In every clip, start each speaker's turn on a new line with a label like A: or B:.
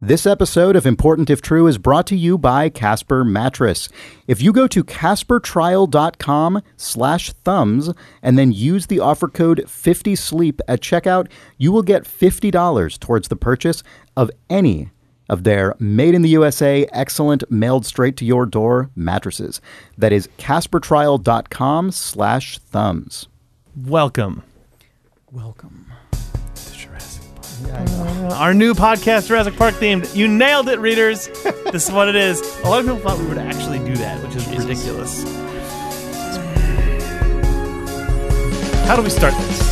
A: This episode of Important If True is brought to you by Casper Mattress. If you go to caspertrial.com slash thumbs and then use the offer code 50sleep at checkout, you will get $50 towards the purchase of any of their made in the USA, excellent, mailed straight to your door mattresses. That is caspertrial.com slash thumbs.
B: Welcome.
A: Welcome.
B: Our new podcast, Jurassic Park themed. You nailed it, readers. this is what it is. A lot of people thought we would actually do that, which is ridiculous. How do we start this?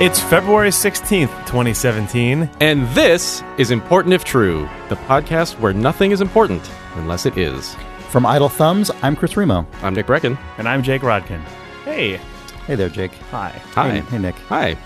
B: It's February 16th, 2017.
C: And this is Important If True, the podcast where nothing is important unless it is.
A: From Idle Thumbs, I'm Chris Remo.
C: I'm Nick Brecken.
B: And I'm Jake Rodkin. Hey.
A: Hey there, Jake.
B: Hi.
C: Hi.
A: Hey, hey, Nick.
C: Hi.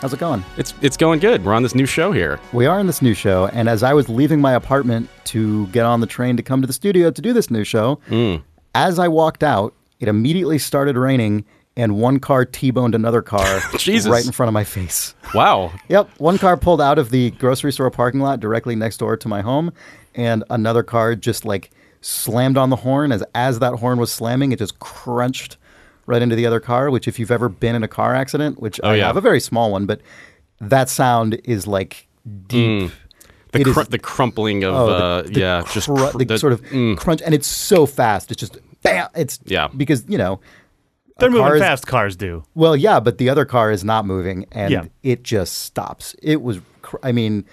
A: How's it going?
C: It's it's going good. We're on this new show here.
A: We are in this new show, and as I was leaving my apartment to get on the train to come to the studio to do this new show,
C: Hmm.
A: as I walked out, it immediately started raining, and one car T-boned another car
C: Jesus.
A: right in front of my face.
C: Wow.
A: Yep, one car pulled out of the grocery store parking lot directly next door to my home, and another car just like slammed on the horn. As as that horn was slamming, it just crunched right into the other car. Which, if you've ever been in a car accident, which I
C: Oh, yeah.
A: have a very small one, but that sound is like
C: Hmm.
A: deep.
C: The
A: It is-
C: cr- the crumpling of
A: oh, the-
C: uh,
A: the
C: yeah, just
A: cru-
C: cr-
A: the
C: the- mm.
A: sort of crunch, and it's so fast. It's just bam. It's
C: Yeah.
A: because you know
B: They're moving
A: cars-
B: fast, cars do.
A: well, yeah, but the other car is not moving and
B: Yeah.
A: it just stops. It was, cr- I mean,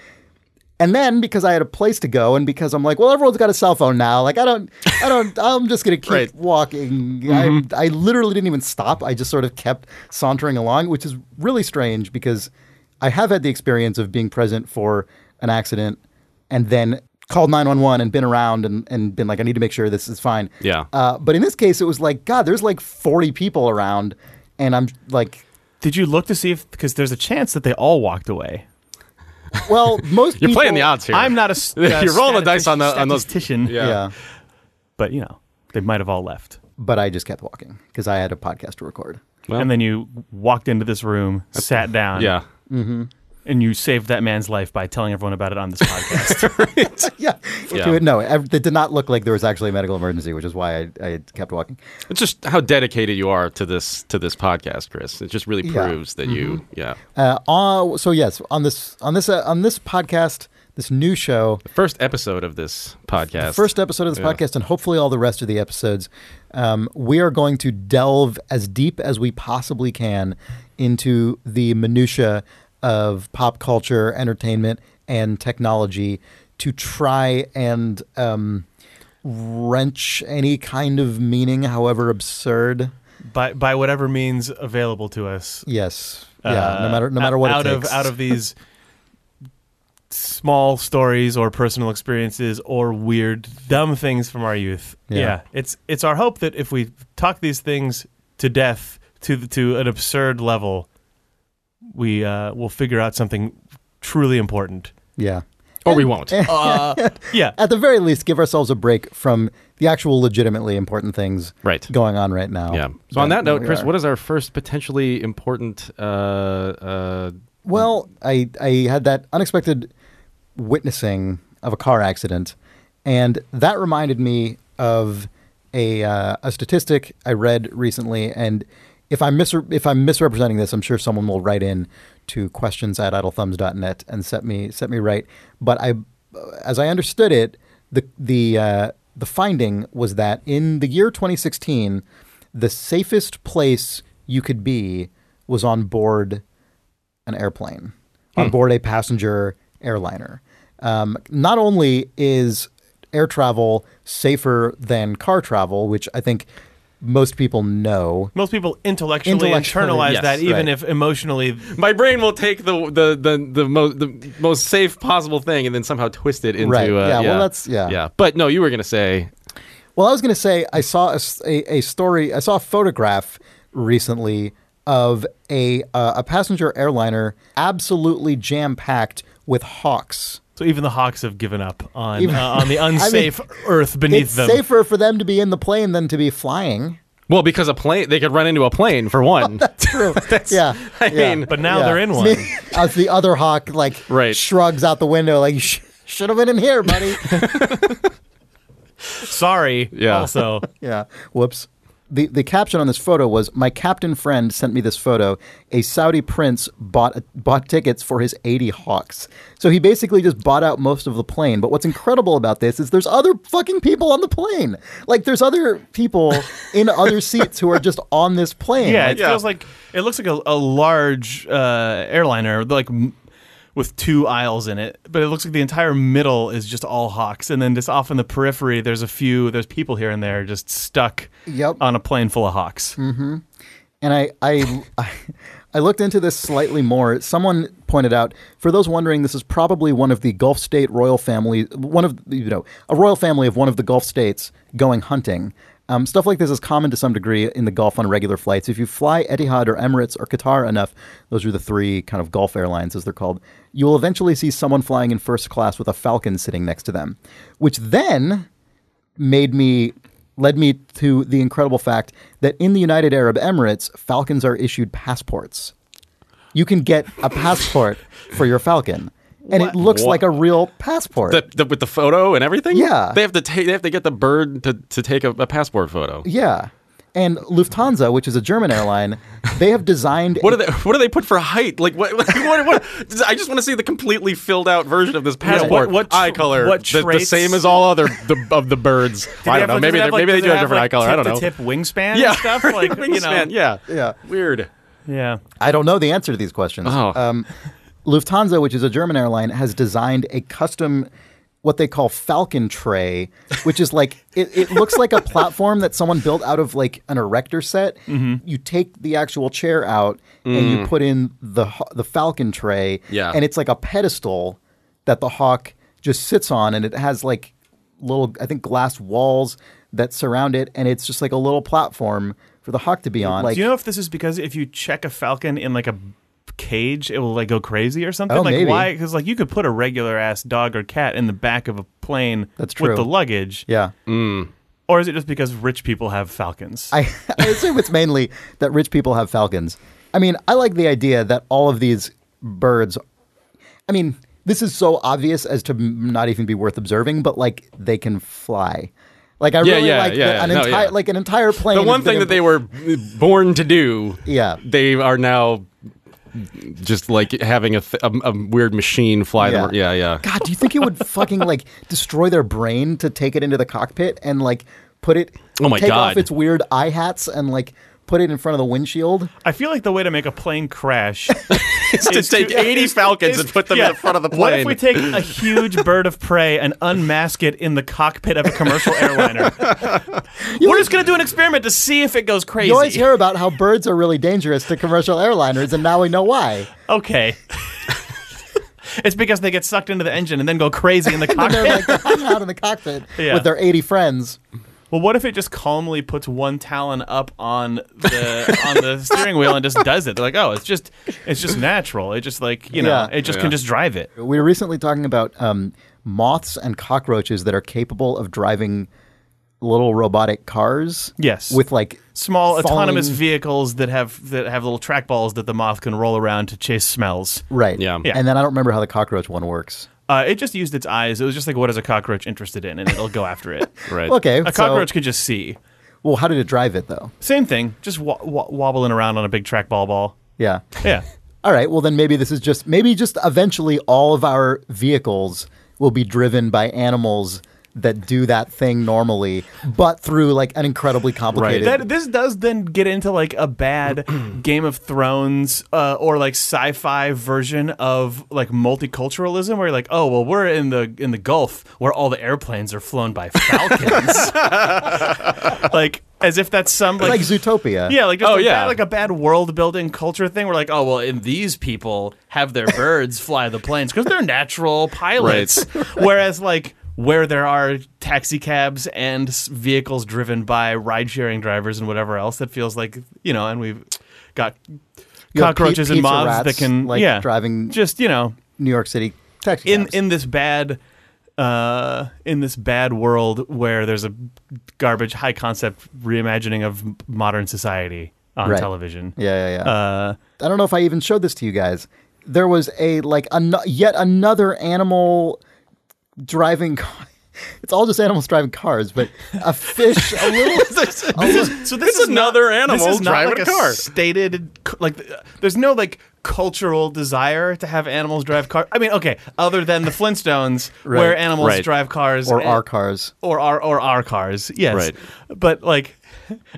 A: and then because I had a place to go and because I'm like, well, everyone's got a cell phone now. Like, I don't, I don't, I'm just going to keep
C: Right.
A: walking. I, I literally didn't even stop. I just sort of kept sauntering along, which is really strange because I have had the experience of being present for an accident and then called 911 and been around and, and been like, I need to make sure this is fine.
C: Yeah.
A: Uh, but in this case, it was like, God, there's like 40 people around, and I'm like,
B: Did you look to see if, because there's a chance that they all walked away?
A: well, most
C: You're
A: people,
C: playing the odds here.
B: I'm not a. s- uh,
C: You're rolling the dice on the- on those-
B: statistician,
C: Yeah.
A: Yeah,
B: but you know they might have all left.
A: but I just kept walking because I had a podcast to record.
C: Well.
B: and then you walked into this room, sat down,
C: yeah.
B: and you saved that man's life by telling everyone about it on this podcast.
A: yeah,
C: Yeah.
A: no, ev- it did not look like there was actually a medical emergency, which is why I, I kept walking.
C: It's just how dedicated you are to this to this podcast, Chris. It just really
A: Yeah.
C: proves that you yeah.
A: Uh, uh, so yes, on this on this uh, on this podcast, this new show,
C: First episode of this podcast.
A: first episode of this
C: Yeah.
A: podcast, and hopefully all the rest of the episodes, um, we are going to delve as deep as we possibly can into the minutia of pop culture, entertainment, and technology to try and um, wrench any kind of meaning, however absurd.
B: by by whatever means available to us.
A: Yes. Yeah.
B: uh,
A: no matter no matter what
B: out
A: it
B: of
A: takes.
B: out of these small stories or personal experiences or weird dumb things from our youth.
A: Yeah.
B: it's it's our hope that if we talk these things to death to the, to an absurd level, we uh, will figure out something truly important.
A: yeah.
C: or we won't.
A: eh,
B: Yeah,
A: At the very least, give ourselves a break from the actual legitimately important things
C: Right.
A: going on right now.
C: Yeah. So on that note,
A: we
C: Chris,
A: are.
C: what is our first potentially important uh uh
A: Well, I I had that unexpected witnessing of a car accident, and that reminded me of a uh, a statistic I read recently. And if I'm mis- if I'm misrepresenting this, I'm sure someone will write in to questions at idlethumbs.net and set me set me right. But I, as I understood it, the the uh, the finding was that in the year 2016, the safest place you could be was on board an airplane
B: Hmm.
A: on board a passenger airliner. Um, not only is air travel safer than car travel, which I think most people know.
B: most people intellectually,
A: Intellectually,
B: internalize
C: yes,
B: that, even
A: right.
B: if emotionally,
C: my brain will take the the the the most the most safe possible thing and then somehow twist it into
A: Right.
C: Uh,
A: Yeah, well, that's- yeah.
C: yeah but no you were gonna say
A: Well, I was going to say I saw a, s- a- a story, I saw a photograph recently of a uh, a passenger airliner absolutely jam packed with hawks.
B: so even the hawks have given up on
A: Even-
B: uh, on the unsafe earth beneath
A: It's
B: them.
A: safer for them to be in the plane than to be flying.
C: Well, because a plane, they could run into a plane for one.
A: True. yeah.
C: I
A: yeah.
C: mean,
B: But now
A: Yeah.
B: they're in one.
A: As the other hawk like
C: Right.
A: shrugs out the window, like you sh- should have been in here, buddy.
B: Sorry.
C: Yeah.
B: Also,
A: yeah. Whoops. The the caption on this photo was my captain friend sent me this photo. A Saudi prince bought bought tickets for his 80 hawks. So he basically just bought out most of the plane. But what's incredible about this is there's other fucking people on the plane. Like there's other people in other seats who are just on this plane.
B: yeah,
A: Like,
B: it feels like it looks like a, a large uh, airliner, like m- with two aisles in it. But it looks like the entire middle is just all hawks, and then just off in the periphery, there's a few, there's people here and there just stuck
A: Yep. Mm-hmm.
B: on a plane full of hawks.
A: And I, I, I, I looked into this slightly more. Someone pointed out, for those wondering, this is probably one of the Gulf state royal family, one of the- you know a royal family of one of the Gulf states going hunting. Um, stuff like this is common to some degree in the Gulf on regular flights. If you fly Etihad or Emirates or Qatar enough, those are the three kind of Gulf airlines as they're called. You'll eventually see someone flying in first class with a falcon sitting next to them, which then made me led me to the incredible fact that in the United Arab Emirates, falcons are issued passports. You can get a passport for your falcon, and it looks
C: What?
A: like a real passport.
C: the, the, with the photo and everything.
A: Yeah.
C: they have to take. They have to get the bird to, to take a, a passport photo.
A: yeah, and Lufthansa, which is a German airline, they have designed.
C: What
A: a-
C: do they? What do they put for height? Like what? Like, what, what I just want to see the completely filled out version of this
B: what-
C: passport.
B: what tr-
C: eye color?
B: what
C: the, the
B: traits-
C: same as all other the, of the birds. I don't know. Maybe they, maybe they do have different eye color. I don't know.
B: Tip wingspan.
C: yeah,
B: And stuff like
C: wingspan.
B: You know,
C: Yeah,
A: Yeah.
C: Weird.
B: yeah.
A: I don't know the answer to these questions.
C: Oh.
A: Um, Lufthansa, which is a German airline, has designed a custom, what they call Falcon tray, which is like it, it looks like a platform that someone built out of like an erector set.
B: Mm-hmm.
A: You take the actual chair out and
B: Mm.
A: you put in the ho- the Falcon tray,
C: Yeah.
A: and it's like a pedestal that the hawk just sits on, and it has like little I think glass walls that surround it, and it's just like a little platform for the hawk to be on. Like,
B: Do you know if this is because if you check a falcon in like a cage, it will like go crazy or something?
A: Oh,
B: like
A: maybe.
B: why? Because like you could put a regular ass dog or cat in the back of a plane
A: That's true.
B: with the luggage,
A: yeah.
B: or is it just because rich people have falcons?
A: I, I assume it's mainly that rich people have falcons. I mean, I like the idea that all of these birds. I mean, this is so obvious as to m- not even be worth observing, but like they can fly. Like I
C: Yeah,
A: really
C: yeah,
A: like
C: yeah,
A: that an
C: yeah. No,
A: entire
C: yeah.
A: like an entire plane.
C: The
A: has
C: one
A: been
C: thing that
A: in-
C: they were born to do.
A: Yeah.
C: they are now just like having a, th- a, a weird machine fly them.
A: Yeah.
C: Yeah, yeah.
A: God, do you think it would fucking like destroy their brain to take it into the cockpit and like put it?
C: Oh my
A: take off
C: God.
A: its weird eye hats and like put it in front of the windshield.
B: I feel like the way to make a plane crash
C: It's to
B: is
C: take
B: to-
C: eighty
B: is-
C: falcons
B: is-
C: and put them
B: yeah.
C: in the front of the plane.
B: What if we take a huge bird of prey and unmask it in the cockpit of a commercial airliner? We're just gonna do an experiment to see if it goes crazy.
A: You always hear about how birds are really dangerous to commercial airliners, and now we know why.
B: Okay. it's because they get sucked into the engine and then go crazy in the cockpit.
A: They're like hanging out in the cockpit
B: Yeah.
A: with their 80 friends.
B: well, what if it just calmly puts one talon up on the on the steering wheel and just does it? They're like, oh, it's just it's just natural. It just like you know,
A: Yeah.
B: it just
C: Yeah.
B: can just drive it.
A: We were recently talking about um, moths and cockroaches that are capable of driving little robotic cars.
B: Yes.
A: With like
B: Small autonomous
A: falling-
B: vehicles that have that have little trackballs that the moth can roll around to chase smells.
A: Right.
C: Yeah. Yeah.
A: And then I don't remember how the cockroach one works.
B: Uh, it just used its eyes. It was just like, what is a cockroach interested in, and it'll go after it.
C: right.
A: Okay.
B: A
A: so-
B: cockroach could just see.
A: well, how did it drive it though?
B: Same thing, just wa- wa- wobbling around on a big trackball ball.
A: Yeah.
B: Yeah.
A: All right. Well, then maybe this is just maybe just eventually all of our vehicles will be driven by animals that do that thing normally, but through like an incredibly complicated.
B: That this does then get into like a bad Game of Thrones uh, or like sci-fi version of like multiculturalism, where you're like, oh well, we're in the in the Gulf where all the airplanes are flown by falcons, like as if that's some like,
A: like Zootopia.
B: yeah, like just
C: Oh,
B: a
C: yeah.
B: bad, like a bad world building culture thing. We're like, oh well, and these people have their birds fly the planes because they're natural pilots. Whereas like where there are taxi cabs and s- vehicles driven by ride sharing drivers and whatever else, that feels like you know, and we've got
A: You have
B: cockroaches
A: pi-
B: and
A: pizza
B: moths
A: rats,
B: that can
A: like
B: yeah
A: driving
B: just you know
A: New York City taxi
B: in
A: cabs.
B: in this bad uh, in this bad world where there's a garbage high concept reimagining of m- modern society on
A: Right.
B: television.
A: Yeah, yeah, yeah.
B: Uh,
A: I don't know if I even showed this to you guys. There was a like an- yet another animal driving car. It's all just animals driving cars, but a fish, a little.
B: so this
C: It's
B: is not-
C: another animal
B: this is not
C: driving
B: like
C: a car.
B: Stated c- like th- there's no like cultural desire to have animals drive cars. I mean, okay, other than the Flintstones, where animals
C: right.
B: drive cars
A: or
B: and-
A: our cars.
B: or our or our cars. Yes,
C: Right.
B: but like.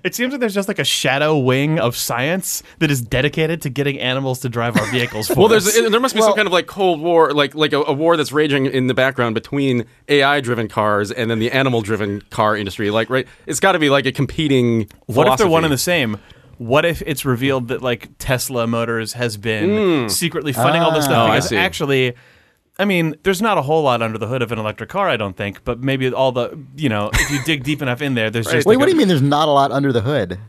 B: It seems like there's just like a shadow wing of science that is dedicated to getting animals to drive our vehicles for
C: Well, there's
B: us.
C: there must be some kind of like Cold War, like like a, a war that's raging in the background between AI-driven cars and then the animal-driven car industry. Like, right? It's got to be like a competing.
B: What if they're one and
C: philosophy.
B: the same? What if it's revealed that like Tesla Motors has been secretly funding all this
A: Hmm. Ah.
B: stuff?
C: Oh, I
B: because
C: see.
B: actually, I mean, there's not a whole lot under the hood of an electric car, I don't think. But maybe all the you know, if you dig deep enough in there, there's just
A: Wait,
B: like
A: what do
B: a-
A: you mean? There's not a lot under the hood.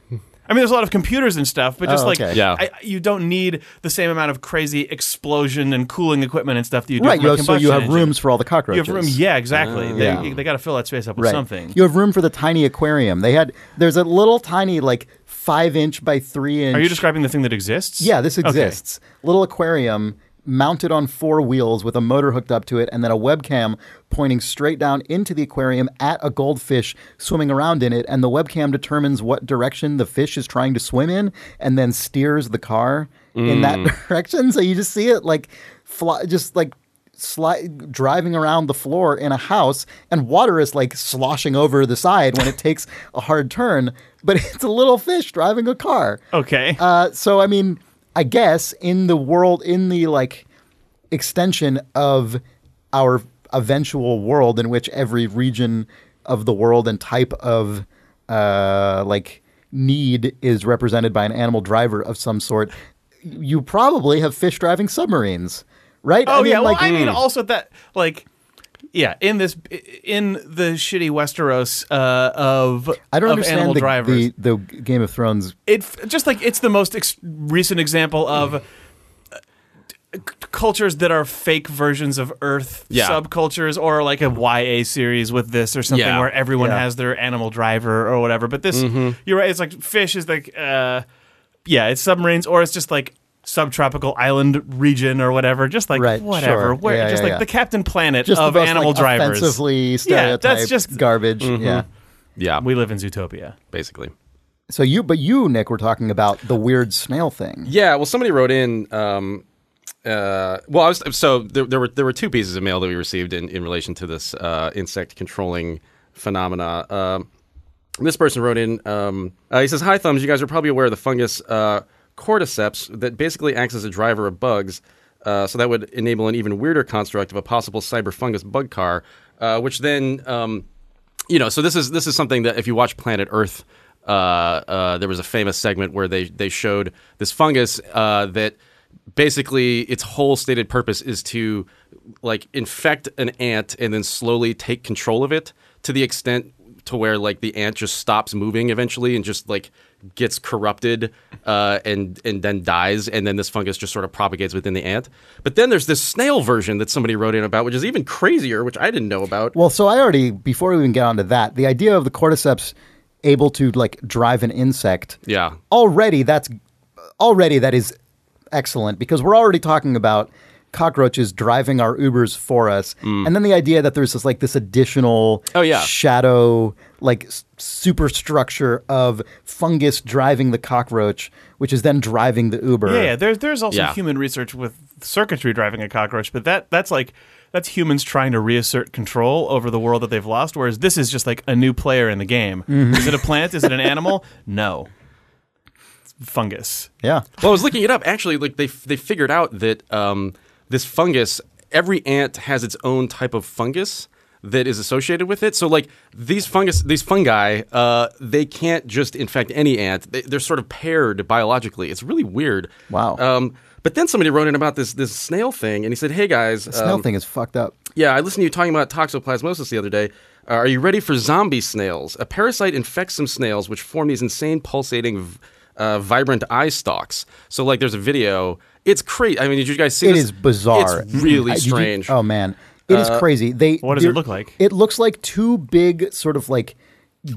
B: I mean, there's a lot of computers and stuff, but just
A: Oh,
B: like
A: okay.
C: Yeah.
B: I, you don't need the same amount of crazy explosion and cooling equipment and stuff that you do.
A: Right.
B: From a
A: You so you
B: combustion
A: have
B: engine.
A: rooms for all the
B: You
A: cockroaches.
B: have room. Yeah, exactly. they
A: Yeah.
B: they got to fill that space up with
A: Right.
B: something.
A: You have room for the tiny aquarium. They had. There's a little tiny like five inch by three inch.
B: Are you describing the thing that exists?
A: Yeah, this
B: Okay.
A: exists. Little aquarium mounted on four wheels with a motor hooked up to it and then a webcam pointing straight down into the aquarium at a goldfish swimming around in it and the webcam determines what direction the fish is trying to swim in and then steers the car in that direction so you just see it like fly, just like slide driving around the floor in a house and water is like sloshing over the side when it takes a hard turn but it's a little fish driving a car
B: Okay.
A: uh, so I mean, I guess in the world, in the like extension of our eventual world, in which every region of the world and type of uh, like need is represented by an animal driver of some sort, you probably have fish driving submarines, right?
B: Oh yeah, well, I mean,
A: mm.
B: also that like, yeah, in this in the shitty Westeros uh, of
A: I don't
B: of
A: understand
B: animal
A: the,
B: drivers.
A: the the Game of Thrones.
B: it f- just like it's the most ex- recent example of. uh, c- Cultures that are fake versions of Earth
C: Yeah.
B: subcultures, or like a YA series with this, or something
C: Yeah.
B: where everyone
A: Yeah. Mm-hmm.
B: has their animal driver or whatever. But this, you're right. It's like fish is like, uh, yeah, it's submarines, or it's just like subtropical island region or whatever. Just like
A: Right,
B: whatever,
A: sure.
B: where
A: Yeah,
B: just
A: yeah,
B: like
A: yeah.
B: the Captain Planet
A: Just
B: of
A: the most,
B: animal
A: like,
B: drivers.
A: offensively
B: Yeah,
A: stereotyped
B: that's just- Mm-hmm.
A: garbage. Yeah.
C: Yeah,
B: We live in Zootopia.
C: basically.
A: So you, but you, Nick, were talking about the weird snail thing.
C: Yeah, well, somebody wrote in. Um, uh, well, I was so there, there were there were two pieces of mail that we received in, in relation to this uh, insect controlling phenomena. Um this person wrote in. Um, uh, he says, "Hi, thumbs. You guys are probably aware of the fungus uh, cordyceps that basically acts as a driver of bugs. Uh, so that would enable an even weirder construct of a possible cyber fungus bug car, uh, which then." Um, you know, so this is this is something that if you watch Planet Earth, uh, uh, there was a famous segment where they they showed this fungus uh, that basically its whole stated purpose is to like infect an ant and then slowly take control of it to the extent to where like the ant just stops moving eventually and just like gets corrupted uh, and and then dies and then this fungus just sort of propagates within the ant. But then there's this snail version that somebody wrote in about, which is even crazier, which I didn't know about.
A: Well, so I already before we even get onto that, the idea of the cordyceps able to like drive an insect.
C: Yeah.
A: Already that's already that is excellent because we're already talking about cockroaches driving our Ubers for us. And then the idea that there's this like this additional
C: Mm. Oh, yeah.
A: shadow like s- superstructure of fungus driving the cockroach which is then driving the Uber.
B: Yeah, yeah. There's there's also
C: Yeah.
B: human research with circuitry driving a cockroach, but that that's like that's humans trying to reassert control over the world that they've lost. Whereas this is just like a new player in the game.
A: Mm-hmm.
B: Is it a plant? Is it an animal? No. It's fungus.
A: Yeah.
C: well, I was looking it up. Actually, like they they figured out that um, this fungus, every ant has its own type of fungus that is associated with it. So, like these fungus, these fungi, uh, they can't just infect any ant. They, they're sort of paired biologically. It's really weird.
A: Wow.
C: Um, but then somebody wrote in about this this snail thing, and he said, "Hey guys,
A: Snail
C: um,
A: thing is fucked up.
C: yeah, I listened to you talking about toxoplasmosis the other day. Uh, are you ready for zombie snails? A parasite infects some snails, which form these insane pulsating, v- uh, vibrant eye stalks. So, like, there's a video. It's crazy. I mean, did you guys see
A: It
C: this?
A: is bizarre. Mm-hmm.
C: It's really
A: I- did you-
C: strange. Uh,
A: oh man, It is crazy. They
B: what does it
A: they're-
B: look like?
A: It looks like two big sort of like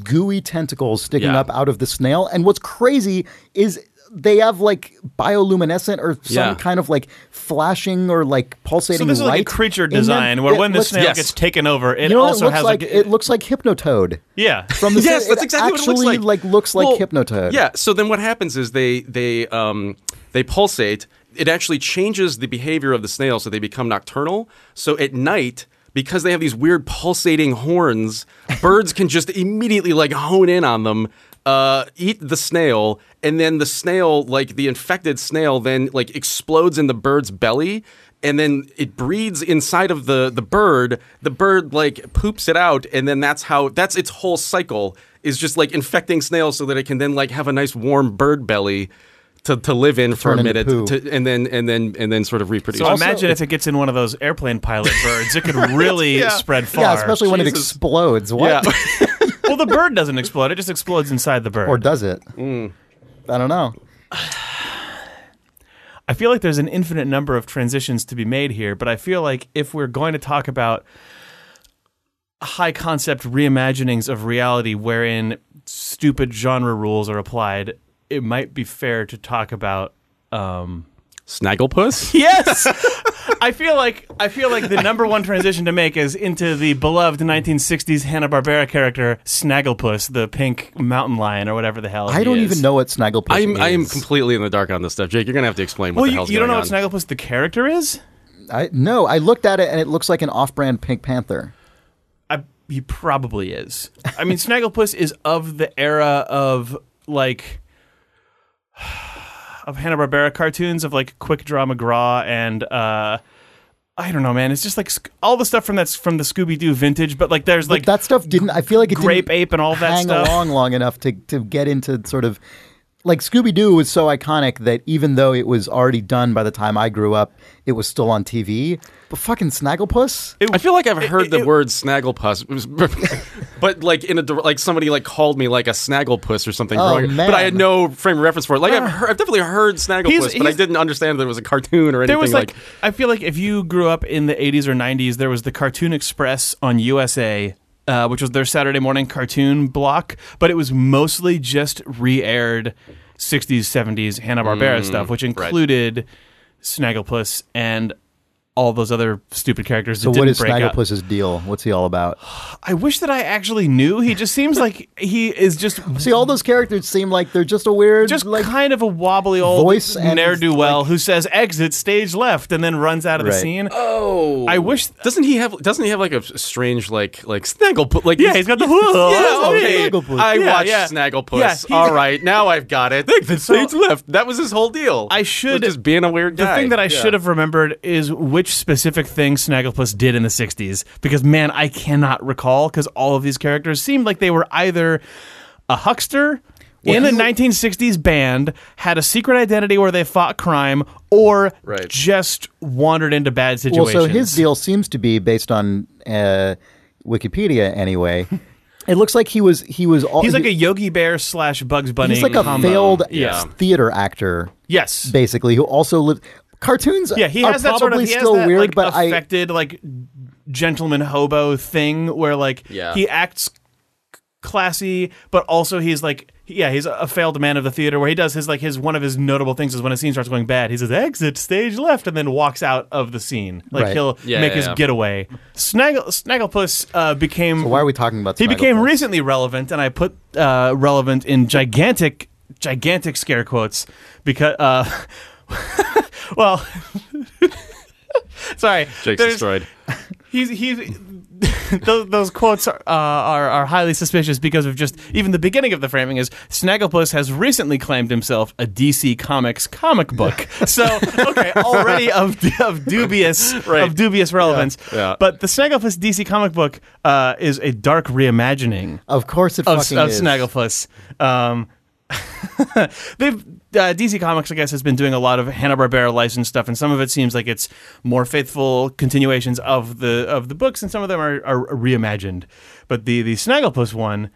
A: gooey tentacles sticking
C: Yeah.
A: up out of the snail. And what's crazy is they have like bioluminescent or some
C: Yeah.
A: kind of like flashing or like
B: So
A: pulsating
B: this is like a
A: light
B: creature
A: in them.
B: design where
A: It
B: when the
A: looks-
B: snail
C: yes.
B: gets taken over, it
A: you know what it
B: also
A: looks
B: has
A: like
B: like
A: it looks like hypnotoad.
B: yeah.
A: From the
C: yes,
A: it
C: that's exactly what it looks
A: actually,
C: like.
A: looks like
C: Well,
A: hypnotoad.
C: Yeah. So then what happens is they they um they pulsate. It actually changes the behavior of the snail, so they become nocturnal. So at night. Because they have these weird pulsating horns, birds can just immediately like hone in on them, uh, eat the snail, and then the snail, like the infected snail, then like explodes in the bird's belly, and then it breeds inside of the the bird. The bird like poops it out, and then that's how that's its whole cycle is just like infecting snails so that it can then like have a nice warm bird belly to, to live in for
A: Turn
C: a
A: into
C: minute
A: poo.
C: to, and then and then and then sort of reproduce.
B: So imagine if it gets in one of those airplane pilot birds, it could really
C: yeah.
B: spread far.
A: Yeah, especially when it
C: Jesus.
A: explodes.
C: yeah.
A: What?
B: well, the bird doesn't explode; it just explodes inside the bird.
A: or does it?
C: Mm.
A: I don't know.
B: I feel like there's an infinite number of transitions to be made here, but I feel like if we're going to talk about high concept reimaginings of reality wherein stupid genre rules are applied, it might be fair to talk about um
C: Snagglepuss?
B: Yes. I feel like I feel like the number one transition to make is into the beloved 1960s Hanna-Barbera character Snagglepuss, the pink mountain lion or whatever the hell.
A: I
B: he
A: don't
B: is.
A: even know what snagglepuss
C: I'm I am
A: is.
C: completely in the dark on this stuff, Jake. You're gonna have to explain what
B: Well,
C: the
B: you,
C: hell's
B: you don't know
C: going
B: what
C: on.
B: Snagglepuss the character is?
A: I no, I looked at it and it looks like an off-brand Pink Panther.
B: I, he probably is. I mean, Snagglepuss is of the era of like of Hanna Barbera cartoons of like Quick Draw McGraw and uh, I don't know, man. It's just like sc- all the stuff from that's from the Scooby Doo vintage, but like there's like
A: that stuff didn't. I feel like it
B: Grape
A: didn't
B: Ape and all that
A: hang
B: stuff.
A: along long enough to to get into sort of like Scooby Doo was so iconic that even though it was already done by the time I grew up, it was still on TV. But fucking Snagglepuss,
C: I feel like I've heard the
B: it-
C: word snagglepuss, but like in a dir- like somebody like called me like a snagglepuss or something.
A: Oh,
C: growing- but I had
A: man.
C: no frame of reference for it. Like I've, heard, I've definitely heard snagglepuss,
B: Uh. He's-
C: but I
B: he's-
C: didn't understand that it was a cartoon or anything
B: there was
C: like.
B: like, I feel like if you grew up in the 80s or 90s, there was the Cartoon Express on USA, uh, which was their Saturday morning cartoon block, but it was mostly just re-aired 60s, 70s Hanna Barbera stuff, which included Snagglepuss and all those other stupid characters.
A: so
B: that
A: what
B: didn't
A: is
B: break up.
A: Snagglepuss's deal? What's he all about?
B: I wish that I actually knew. He just seems like he is just
A: See, all those characters seem like they're just a weird,
B: just
A: like
B: kind of a wobbly old
A: Voice and,
B: ne'er do well who says exit stage left and then runs out of the
A: Right.
B: scene.
C: Oh,
B: I wish.
C: Doesn't he have? Doesn't he have like a strange like like snagglepuss? Like
B: Yeah, he's got the.
C: Yeah, okay.
A: Snagglepuss.
C: I
B: Yeah,
C: watched
B: yeah.
C: Snagglepuss.
B: Yeah, he-
C: All right, now I've got it. Like the state's left. That was his whole deal.
B: I should-
C: was just being a weird
B: The
C: guy.
B: thing that I should have remembered is which specific thing Snagglepuss did in the 60s because man, I cannot recall cuz all of these characters seemed like they were either a huckster in a 1960s band, had a secret identity where they fought crime or
C: Right.
B: just wandered into bad
A: Well,
B: situations.
A: so his deal seems to be based on uh, Wikipedia anyway. it looks like he was he was all,
B: He's like a Yogi Bear slash Bugs Bunny.
A: he's like a
B: combo.
A: failed
C: Yeah.
A: theater actor,
B: Yes.
A: basically, who also lived. Cartoons
B: Yeah, he
A: are
B: has that
A: probably
B: sort of he has
A: still
B: that,
A: weird,
B: like,
A: but I
B: affected like gentleman hobo thing where like
C: Yeah.
B: he acts c- classy, but also he's like yeah he's a failed man of the theater where he does his like his one of his notable things is when a scene starts going bad he says exit stage left and then walks out of the scene like
A: Right.
B: he'll
C: Yeah,
B: make
C: yeah,
B: his
C: yeah.
B: getaway. Snaggle Snagglepuss uh, became
A: Why are we talking about?
B: he became
A: Snagglepuss?
B: recently relevant, and I put uh, relevant in gigantic, gigantic scare quotes because, uh, well, sorry,
C: Jake's
B: there's-
C: destroyed.
B: he's he's those, those quotes are, uh, are are highly suspicious because of just even the beginning of the framing is Snagglepuss has recently claimed himself a DC Comics comic book. so okay, already of of dubious of dubious relevance.
C: yeah.
B: But the Snagglepuss DC comic book uh, is a dark reimagining
A: Of course, it
B: of,
A: fucking
B: of
A: is.
B: Snagglepuss. Um, they've uh, DC Comics, I guess, has been doing a lot of Hanna Barbera licensed stuff, and some of it seems like it's more faithful continuations of the of the books, and some of them are, are reimagined. But the the Snagglepuss one,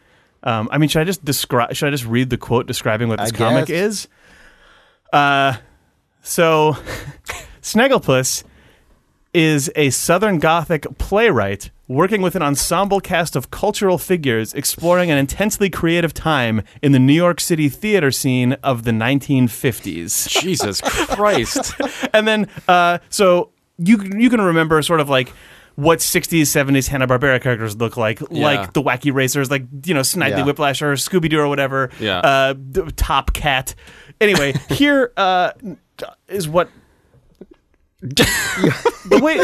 B: um, I mean, should I just describe? Should I just read the quote describing what this
A: I
B: comic
A: guess.
B: is? Uh, so Snagglepuss is a Southern Gothic playwright working with an ensemble cast of cultural figures exploring an intensely creative time in the New York City theater scene of the 1950s.
C: Jesus Christ.
B: and then, uh, so you you can remember sort of like what 60s, 70s Hanna Barbera characters look like, like the Wacky Racers, like you know Snidely
A: Yeah.
B: Whiplash or Scooby Doo or whatever.
C: Yeah.
B: Uh, d- Top Cat. Anyway, here uh, is what. the way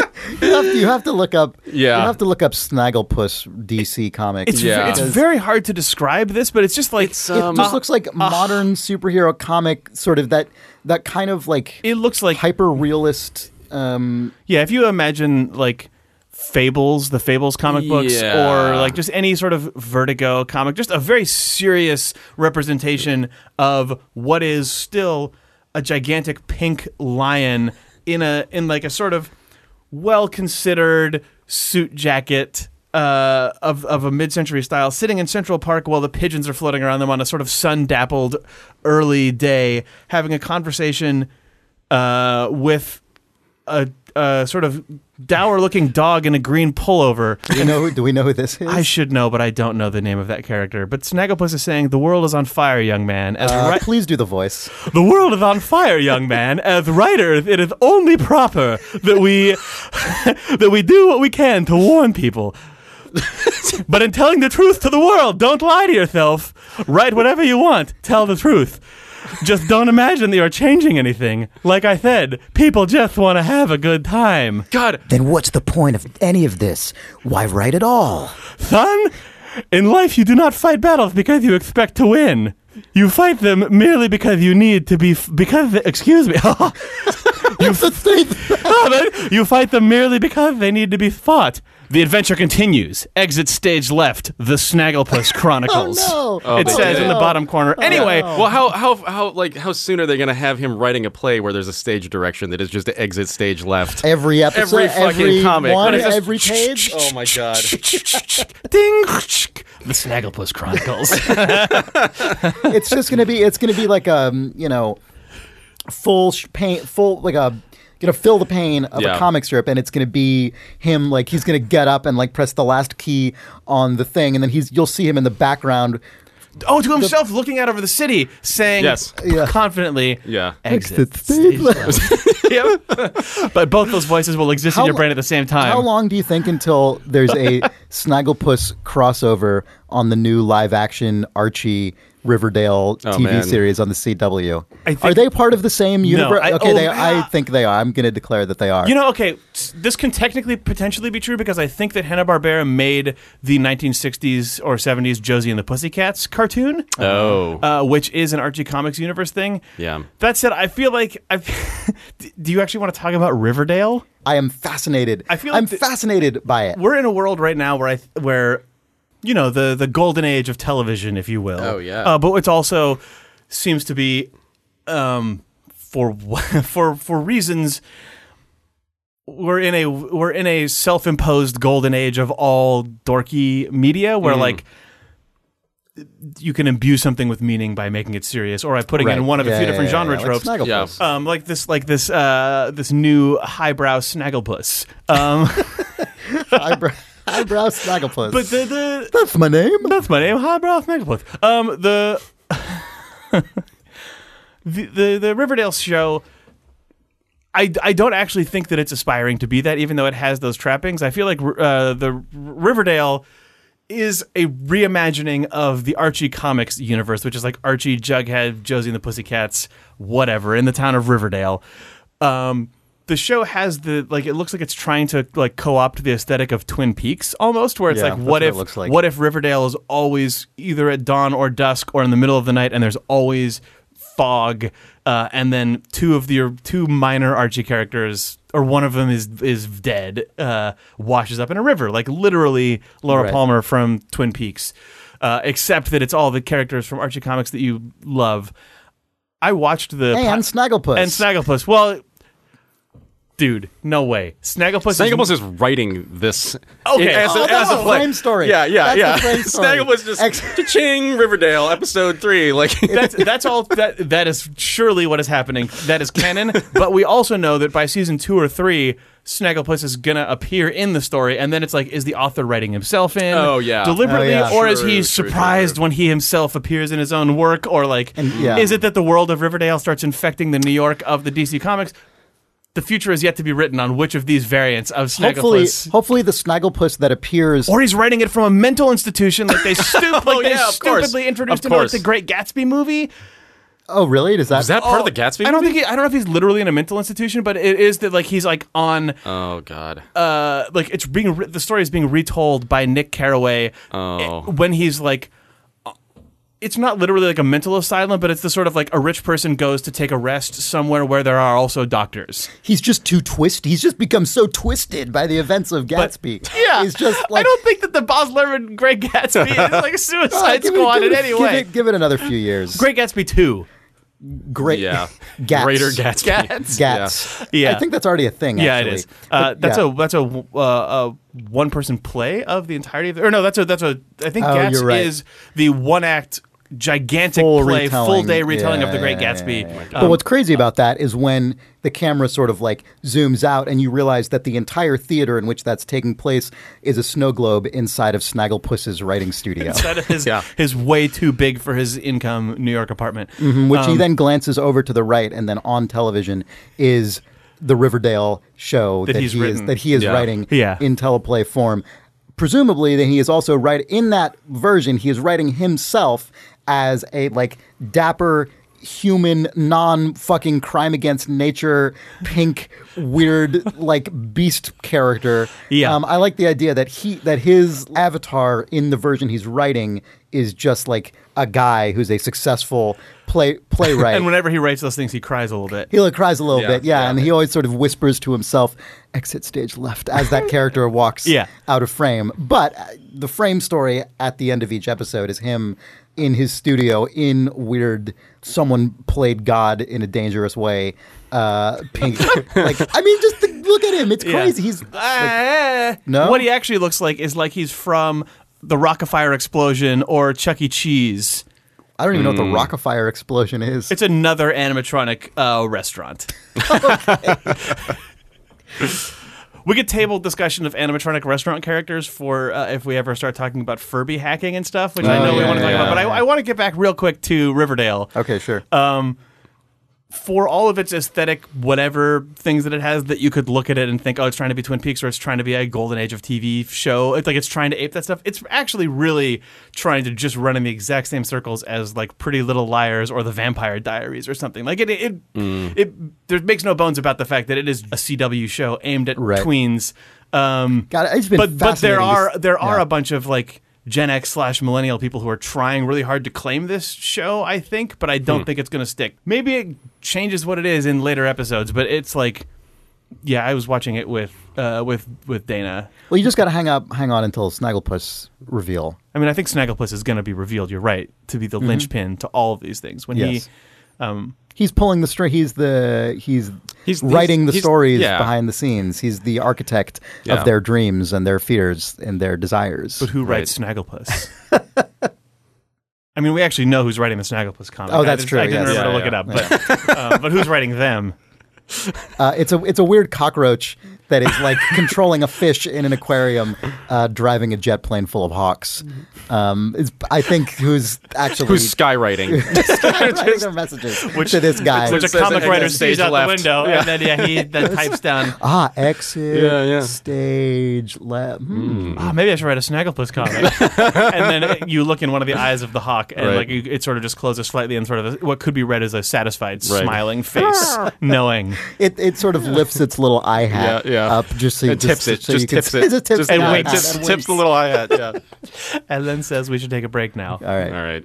A: You have, you have to look up.
C: Yeah.
A: you have to look up Snagglepuss DC comic.
B: It's
C: Yeah.
B: it's
A: because
B: very hard to describe this, but it's just like
C: It's,
A: it
C: um,
A: just looks
B: Uh,
A: like modern superhero comic, sort of that that kind of like
B: it looks like
A: hyper realist. Um,
B: yeah. If you imagine like Fables, the Fables comic books,
C: Yeah.
B: or like just any sort of Vertigo comic, just a very serious representation of what is still a gigantic pink lion in a in like a sort of well considered suit jacket uh, of of a mid century style, sitting in Central Park while the pigeons are floating around them on a sort of sun dappled early day, having a conversation uh, with a, a sort of dour looking dog in a green pullover.
A: do we know? who- Do we know who this is?
B: I should know, but I don't know the name of that character. But Snagglepuss is saying, "The world is on fire, young man." As
A: Uh,
B: ri-
A: please do the voice.
B: the world is on fire, young man. As writers, it is only proper that we that we do what we can to warn people. but in telling the truth to the world, don't lie to yourself. Write whatever you want. Tell the truth. Just don't imagine that you're changing anything. Like I said, people just want to have a good time.
C: God.
D: Then what's the point of any of this? Why write at all?
B: Son, in life you do not fight battles because you expect to win. You fight them merely because you need to be. F- because excuse me, you fight them merely because they need to be fought. The adventure continues. Exit stage left. The Snagglepuss Chronicles.
A: Oh, no.
B: It
C: Oh,
B: says in the
A: no.
B: bottom corner. Anyway,
C: Well, how how how like how soon are they going to have him writing a play where there's a stage direction that is just exit stage left?
A: Every episode,
C: Every fucking comic,
A: one,
C: but it's just-
A: every page.
C: Oh my god.
B: ding. The Snagglepuss Chronicles.
A: it's just gonna be. It's gonna be like um, you know, full sh- pain, full like a. Gonna fill the pain of
C: Yeah.
A: a comic strip, and it's gonna be him. Like he's gonna get up and like press the last key on the thing, and then he's you'll see him in the background
B: oh, to himself, looking out over the city, saying
C: Yes.
A: Yeah.
B: confidently,
C: Yeah.
B: Exit stage yep. but both those voices will exist in
A: How
B: your
A: lo-
B: brain at the same time.
A: How long do you think until there's a Snagglepuss crossover on the new live action Archie Riverdale TV
C: Oh, man.
A: series on the CW?
B: I think-
A: are they part of the same universe?
B: I-
A: okay,
B: oh,
A: they, I
B: yeah.
A: think they are. I'm going to declare that they are.
B: You know, okay, s- this can technically potentially be true because I think that Hanna Barbera made the 1960s or 70s Josie and the Pussycats cartoon,
C: Oh.
B: uh, which is an Archie Comics universe thing.
C: Yeah.
B: That said, I feel like I. Do you actually want to talk about Riverdale?
A: I am fascinated.
B: I feel like
A: I'm
B: the-
A: fascinated by it.
B: we're in a world right now where I th- where you know the the golden age of television, if you will.
C: Oh, yeah.
B: Uh, but it's also seems to be um, for wh- for for reasons we're in a we're in a self imposed golden age of all dorky media
A: Mm-hmm.
B: where like. You can imbue something with meaning by making it serious, or by putting
A: Right.
B: in one of a
A: Yeah,
B: few
A: yeah, yeah,
B: different genre
A: yeah,
B: tropes
A: Like
C: Yeah.
A: Snagglepuss.
B: um, like this, like this, uh, this new highbrow snagglepuss. Um,
A: Eyebrow, eyebrow Snagglepuss.
B: but the, the
A: that's my name.
B: that's my name, highbrow snagglepuss. Um, the, the the the Riverdale show. I, I don't actually think that it's aspiring to be that, even though it has those trappings. I feel like uh, the Riverdale is a reimagining of the Archie comics universe, which is like Archie, Jughead, Josie and the Pussycats, whatever, in the town of Riverdale. Um, the show has the like it looks like it's trying to like co-opt the aesthetic of Twin Peaks almost, where it's
A: Yeah,
B: like
A: that's
B: what
A: what it
B: if
A: looks like.
B: what if Riverdale is always either at dawn or dusk or in the middle of the night, and there's always fog, uh, and then two of the two minor Archie characters. Or one of them is is dead, uh, washes up in a river, like literally Laura
A: Right.
B: Palmer from Twin Peaks, uh, except that it's all the characters from Archie comics that you love. I watched the
A: And Snagglepuss.
B: and Snagglepuss. Well, dude, no way. Snagglepuss.
C: Snagglepuss
B: is,
C: is writing this.
B: Okay.
C: as, a,
B: Oh,
C: as a
A: no,
C: play.
A: frame story.
C: Yeah, yeah,
A: That's
C: yeah.
A: the frame story.
C: Snagglepuss just
A: Ex-
C: ching Riverdale episode three. Like
B: that's that's all. That that is surely what is happening. That is canon. but we also know that by season two or three. Snagglepuss is gonna appear in the story, and then it's like, is the author writing himself in?
C: Oh, yeah.
B: deliberately,
A: Oh, yeah.
B: or is
C: True,
B: he
C: true, true,
B: surprised
C: true.
B: when he himself appears in his own work? Or like,
A: yeah.
B: is it that the world of Riverdale starts infecting the New York of the DC Comics? The future is yet to be written on which of these variants of
A: Hopefully,
B: Snagglepuss.
A: hopefully the snagglepuss that appears.
B: Or he's writing it from a mental institution, like they stoop, like
C: Oh,
B: they
C: yeah, of course.
B: stupidly introduced
C: Of
B: him to like
C: course.
B: the Great Gatsby movie.
A: oh, really? Does that?
C: is that part of the Gatsby?
B: I don't
C: movie?
B: think he, I don't know if he's literally in a mental institution, but it is that like he's like on
C: Oh God.
B: uh like it's being re- the story is being retold by Nick Carraway
C: Oh.
B: i- when he's like. uh, It's not literally like a mental asylum, but it's the sort of like a rich person goes to take a rest somewhere where there are also doctors.
A: He's just too twisted. He's just become so twisted by the events of Gatsby.
B: Yeah,
A: he's just like
B: I don't think that the Boz Lerman Greg Gatsby is like a
A: "Ah,
B: Suicide
A: give it-
B: Squad
A: give
B: in
A: it-
B: any
A: give
B: way.
A: it- give it another few years.
B: Great Gatsby two.
A: great.
C: yeah.
A: Gats.
C: Greater Gatsby.
B: Gats.
A: Gats.
B: Yeah.
A: I think that's already a thing.
B: Yeah,
A: actually.
B: it is. Uh,
A: But,
B: that's
A: yeah.
B: a that's a uh, uh, one person play of the entirety of the, or no, that's a that's a I think
A: Oh,
B: Gats
A: you're right.
B: is the one act gigantic
A: Full
B: play
A: retelling.
B: full day retelling
A: Yeah,
B: of the Great
A: yeah,
B: Gatsby. um,
A: but what's crazy about that is when the camera sort of like zooms out and you realize that the entire theater in which that's taking place is a snow globe inside of Snagglepuss's writing studio,
B: That is
C: Yeah.
B: his way too big for his income New York apartment.
A: Mm-hmm. which
B: Um,
A: he then glances over to the right and then on television is the Riverdale show that,
B: he's
A: he
B: written.
A: is that he is
C: Yeah.
A: writing
B: Yeah.
A: in teleplay form. Presumably, then he is also writing in that version. He is writing himself as a like dapper human non fucking crime against nature pink weird like beast character
B: Yeah.
A: um, i like the idea that he that his avatar in the version he's writing is just like a guy who's a successful play playwright
B: And whenever he writes those things, he cries a little bit.
A: he like cries a little
C: Yeah,
A: bit, yeah,
C: yeah.
A: and he always sort of whispers to himself, "Exit stage left," as that character walks
B: Yeah.
A: out of frame. But uh, the frame story at the end of each episode is him in his studio in weird. Someone played God in a dangerous way. Uh, pink, like I mean, just the, look at him; it's
B: Yeah.
A: crazy. He's
B: Ah.
A: No?
B: What he actually looks like is like he's from the Rockafire explosion or Chuck E. Cheese.
A: I don't even know
B: Hmm.
A: what the Rockefeller explosion is.
B: It's another animatronic uh, restaurant. we could table discussion of animatronic restaurant characters for uh, if we ever start talking about Furby hacking and stuff, which I
A: Oh,
B: know we
A: yeah,
B: want to talk
A: yeah,
B: about. But I,
A: yeah.
B: I want to get back real quick to Riverdale
A: okay, sure.
B: for all of its aesthetic, whatever things that it has, that you could look at it and think, oh, it's trying to be Twin Peaks or it's trying to be a golden age of TV show. It's like it's trying to ape that stuff. It's actually really trying to just run in the exact same circles as like Pretty Little Liars or The Vampire Diaries or something. Like it, it, it there makes no bones about the fact that it is a CW show aimed at
A: Right.
B: tweens. Um,
A: God, it's been
B: but but
A: fascinating
B: there
A: to
B: are
A: s-
B: there are
A: yeah.
B: a bunch of like Gen X slash millennial people who are trying really hard to claim this show. I think, but I don't think it's going to stick. Maybe it changes what it is in later episodes, but it's like, yeah, I was watching it with uh, with with Dana.
A: Well, you just got to hang up, hang on until Snagglepuss reveal.
B: I mean, I think Snagglepuss is going to be revealed. You're right to be the linchpin to all of these things when
A: Mm-hmm. Yes.
B: he.
A: He's pulling the string. He's the he's
C: He's-
A: writing
C: he's-
A: the
C: he's-
A: stories
C: yeah.
A: behind the scenes. He's the architect
C: Yeah.
A: of their dreams and their fears and their desires.
B: But who
C: Right.
B: writes Snagglepuss? I mean, we actually know who's writing the Snagglepuss comic.
A: Oh,
B: I
A: that's
B: didn't-
A: true,
B: I didn't
A: yes.
B: remember to
C: Yeah,
B: look it up, but, uh, but who's writing them?
A: Uh, it's a it's a weird cockroach that is like controlling a fish in an aquarium, uh, driving a jet plane full of hawks. Um, it's, I think who's actually
C: Who's skywriting?
A: writing their messages to this guy.
B: Which a
C: It says
B: comic
C: it
B: writer
C: has
B: sees
C: stage
B: out
C: left.
B: the window, and then yeah, he then types down.
A: Ah, exit
C: Yeah, yeah.
A: stage left. Hmm.
B: Oh, maybe I should write a Snagglepuss comic. and then uh, you look in one of the eyes of the hawk, and
C: Right.
B: like you, it sort of just closes slightly, and sort of a, what could be read as a satisfied,
C: Right.
B: smiling face, knowing.
A: It, it sort of lifts its little eye hat
C: Yeah, yeah.
A: up just so you
C: It tips it.
A: just, so you
C: Just
A: can-
C: tips it.
A: just tips
C: Just-
A: the
B: and
A: eye
B: winks.
A: hat
C: tips,
A: and
C: tips
A: winks.
C: the little eye hat. Yeah.
B: And then says we should take a break now.
A: All right.
C: All right.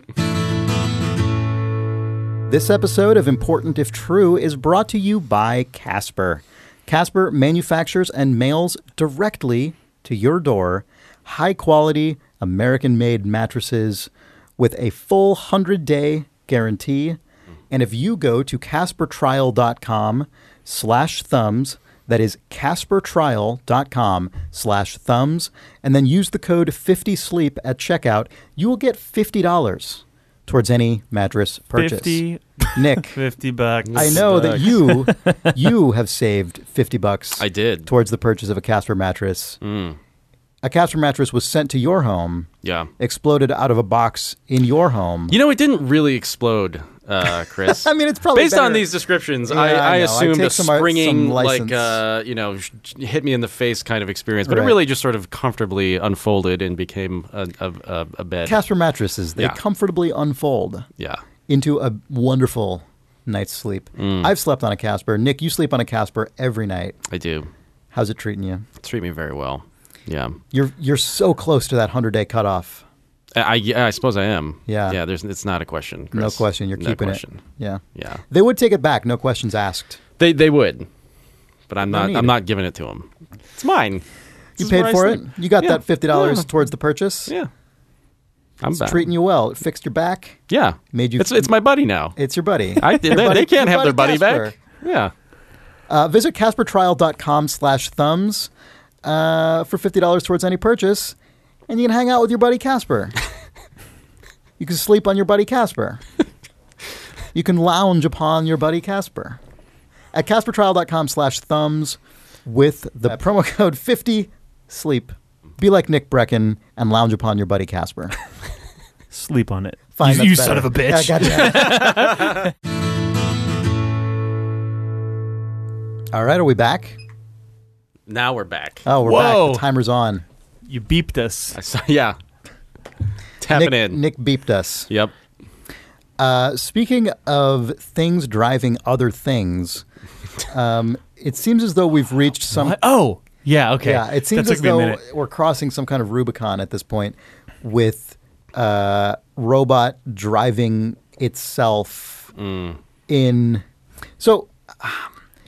A: This episode of Important If True is brought to you by Casper. Casper manufactures and mails directly to your door high quality American made mattresses with a full 100 day guarantee. And if you go to caspertrial.com slash thumbs, That is CasperTrial.com slash thumbs. And then use the code 50SLEEP at checkout. You will get $50 towards any mattress purchase.
B: 50,
A: Nick,
B: 50 bucks.
A: I know that you you have saved 50 bucks
C: I did. Mm.
A: towards the purchase of a Casper mattress. A Casper mattress was sent to your home,
C: Yeah.
A: exploded out of a box in your home.
C: You know, it didn't really explode, uh, Chris.
A: I mean, it's probably
C: based on
A: better-
C: these descriptions.
A: Yeah,
C: I,
A: I
C: I,
A: know. I
C: assumed
A: take
C: a
A: some art- some
C: springing,
A: license.
C: like uh, you know, sh- sh- hit me in the face kind of experience, but it
A: Right.
C: really just sort of comfortably unfolded and became a, a, a, a bed.
A: Casper mattresses, they
C: Yeah.
A: comfortably unfold
C: yeah,
A: into a wonderful night's sleep.
C: Mm.
A: I've slept on a Casper. Nick, you sleep on a Casper every night.
C: I do.
A: How's it treating you?
C: Treat me very well. Yeah.
A: You're you're so close to that 100-day cutoff.
C: I, I, yeah, I suppose I am.
A: Yeah.
C: Yeah. There's, it's not a question.
A: No
C: Chris.
A: question, you're
C: No
A: keeping
C: question.
A: it. Yeah.
C: Yeah.
A: They would take it back, no questions asked.
C: They, they would, but I'm not.
A: need
C: I'm
A: it.
C: not giving it to them. It's mine.
A: You
C: is
A: paid
C: where I
A: for it.
C: sleep.
A: You got
C: Yeah.
A: that fifty dollars
C: Yeah.
A: towards the purchase.
C: Yeah. I'm
A: it's
C: back.
A: treating you well. It fixed your back.
C: Yeah.
A: Made you-
C: It's, it's my buddy now.
A: It's your buddy.
C: I, they,
A: Your buddy-
C: they can't
A: your
C: have their buddy back.
A: Casper.
C: Yeah.
A: Uh, visit CasperTrial.com slash thumbs uh, for fifty dollars towards any purchase, and you can hang out with your buddy Casper. you can sleep on your buddy Casper. you can lounge upon your buddy Casper. At CasperTrial.com slash thumbs with the promo code fifty sleep. Be like Nick Brecken and lounge upon your buddy Casper.
B: Sleep on it.
A: Fine,
B: you you
A: that's
B: son of
A: better.
B: a bitch.
A: Yeah, gotcha. All right, are we back?
C: Now we're back.
A: Oh, we're back.
B: Whoa.
A: The timer's on.
B: You beeped us.
C: I saw, yeah. Tapping
A: Nick,
C: in.
A: Nick beeped us.
C: Yep.
A: Uh, speaking of things driving other things, um, it seems as though we've reached some.
B: What? Oh, yeah, okay.
A: Yeah, it seems
B: that took
A: as
B: me a
A: though
B: minute.
A: we're crossing some kind of Rubicon at this point with uh, robot driving itself
B: Mm.
A: in. So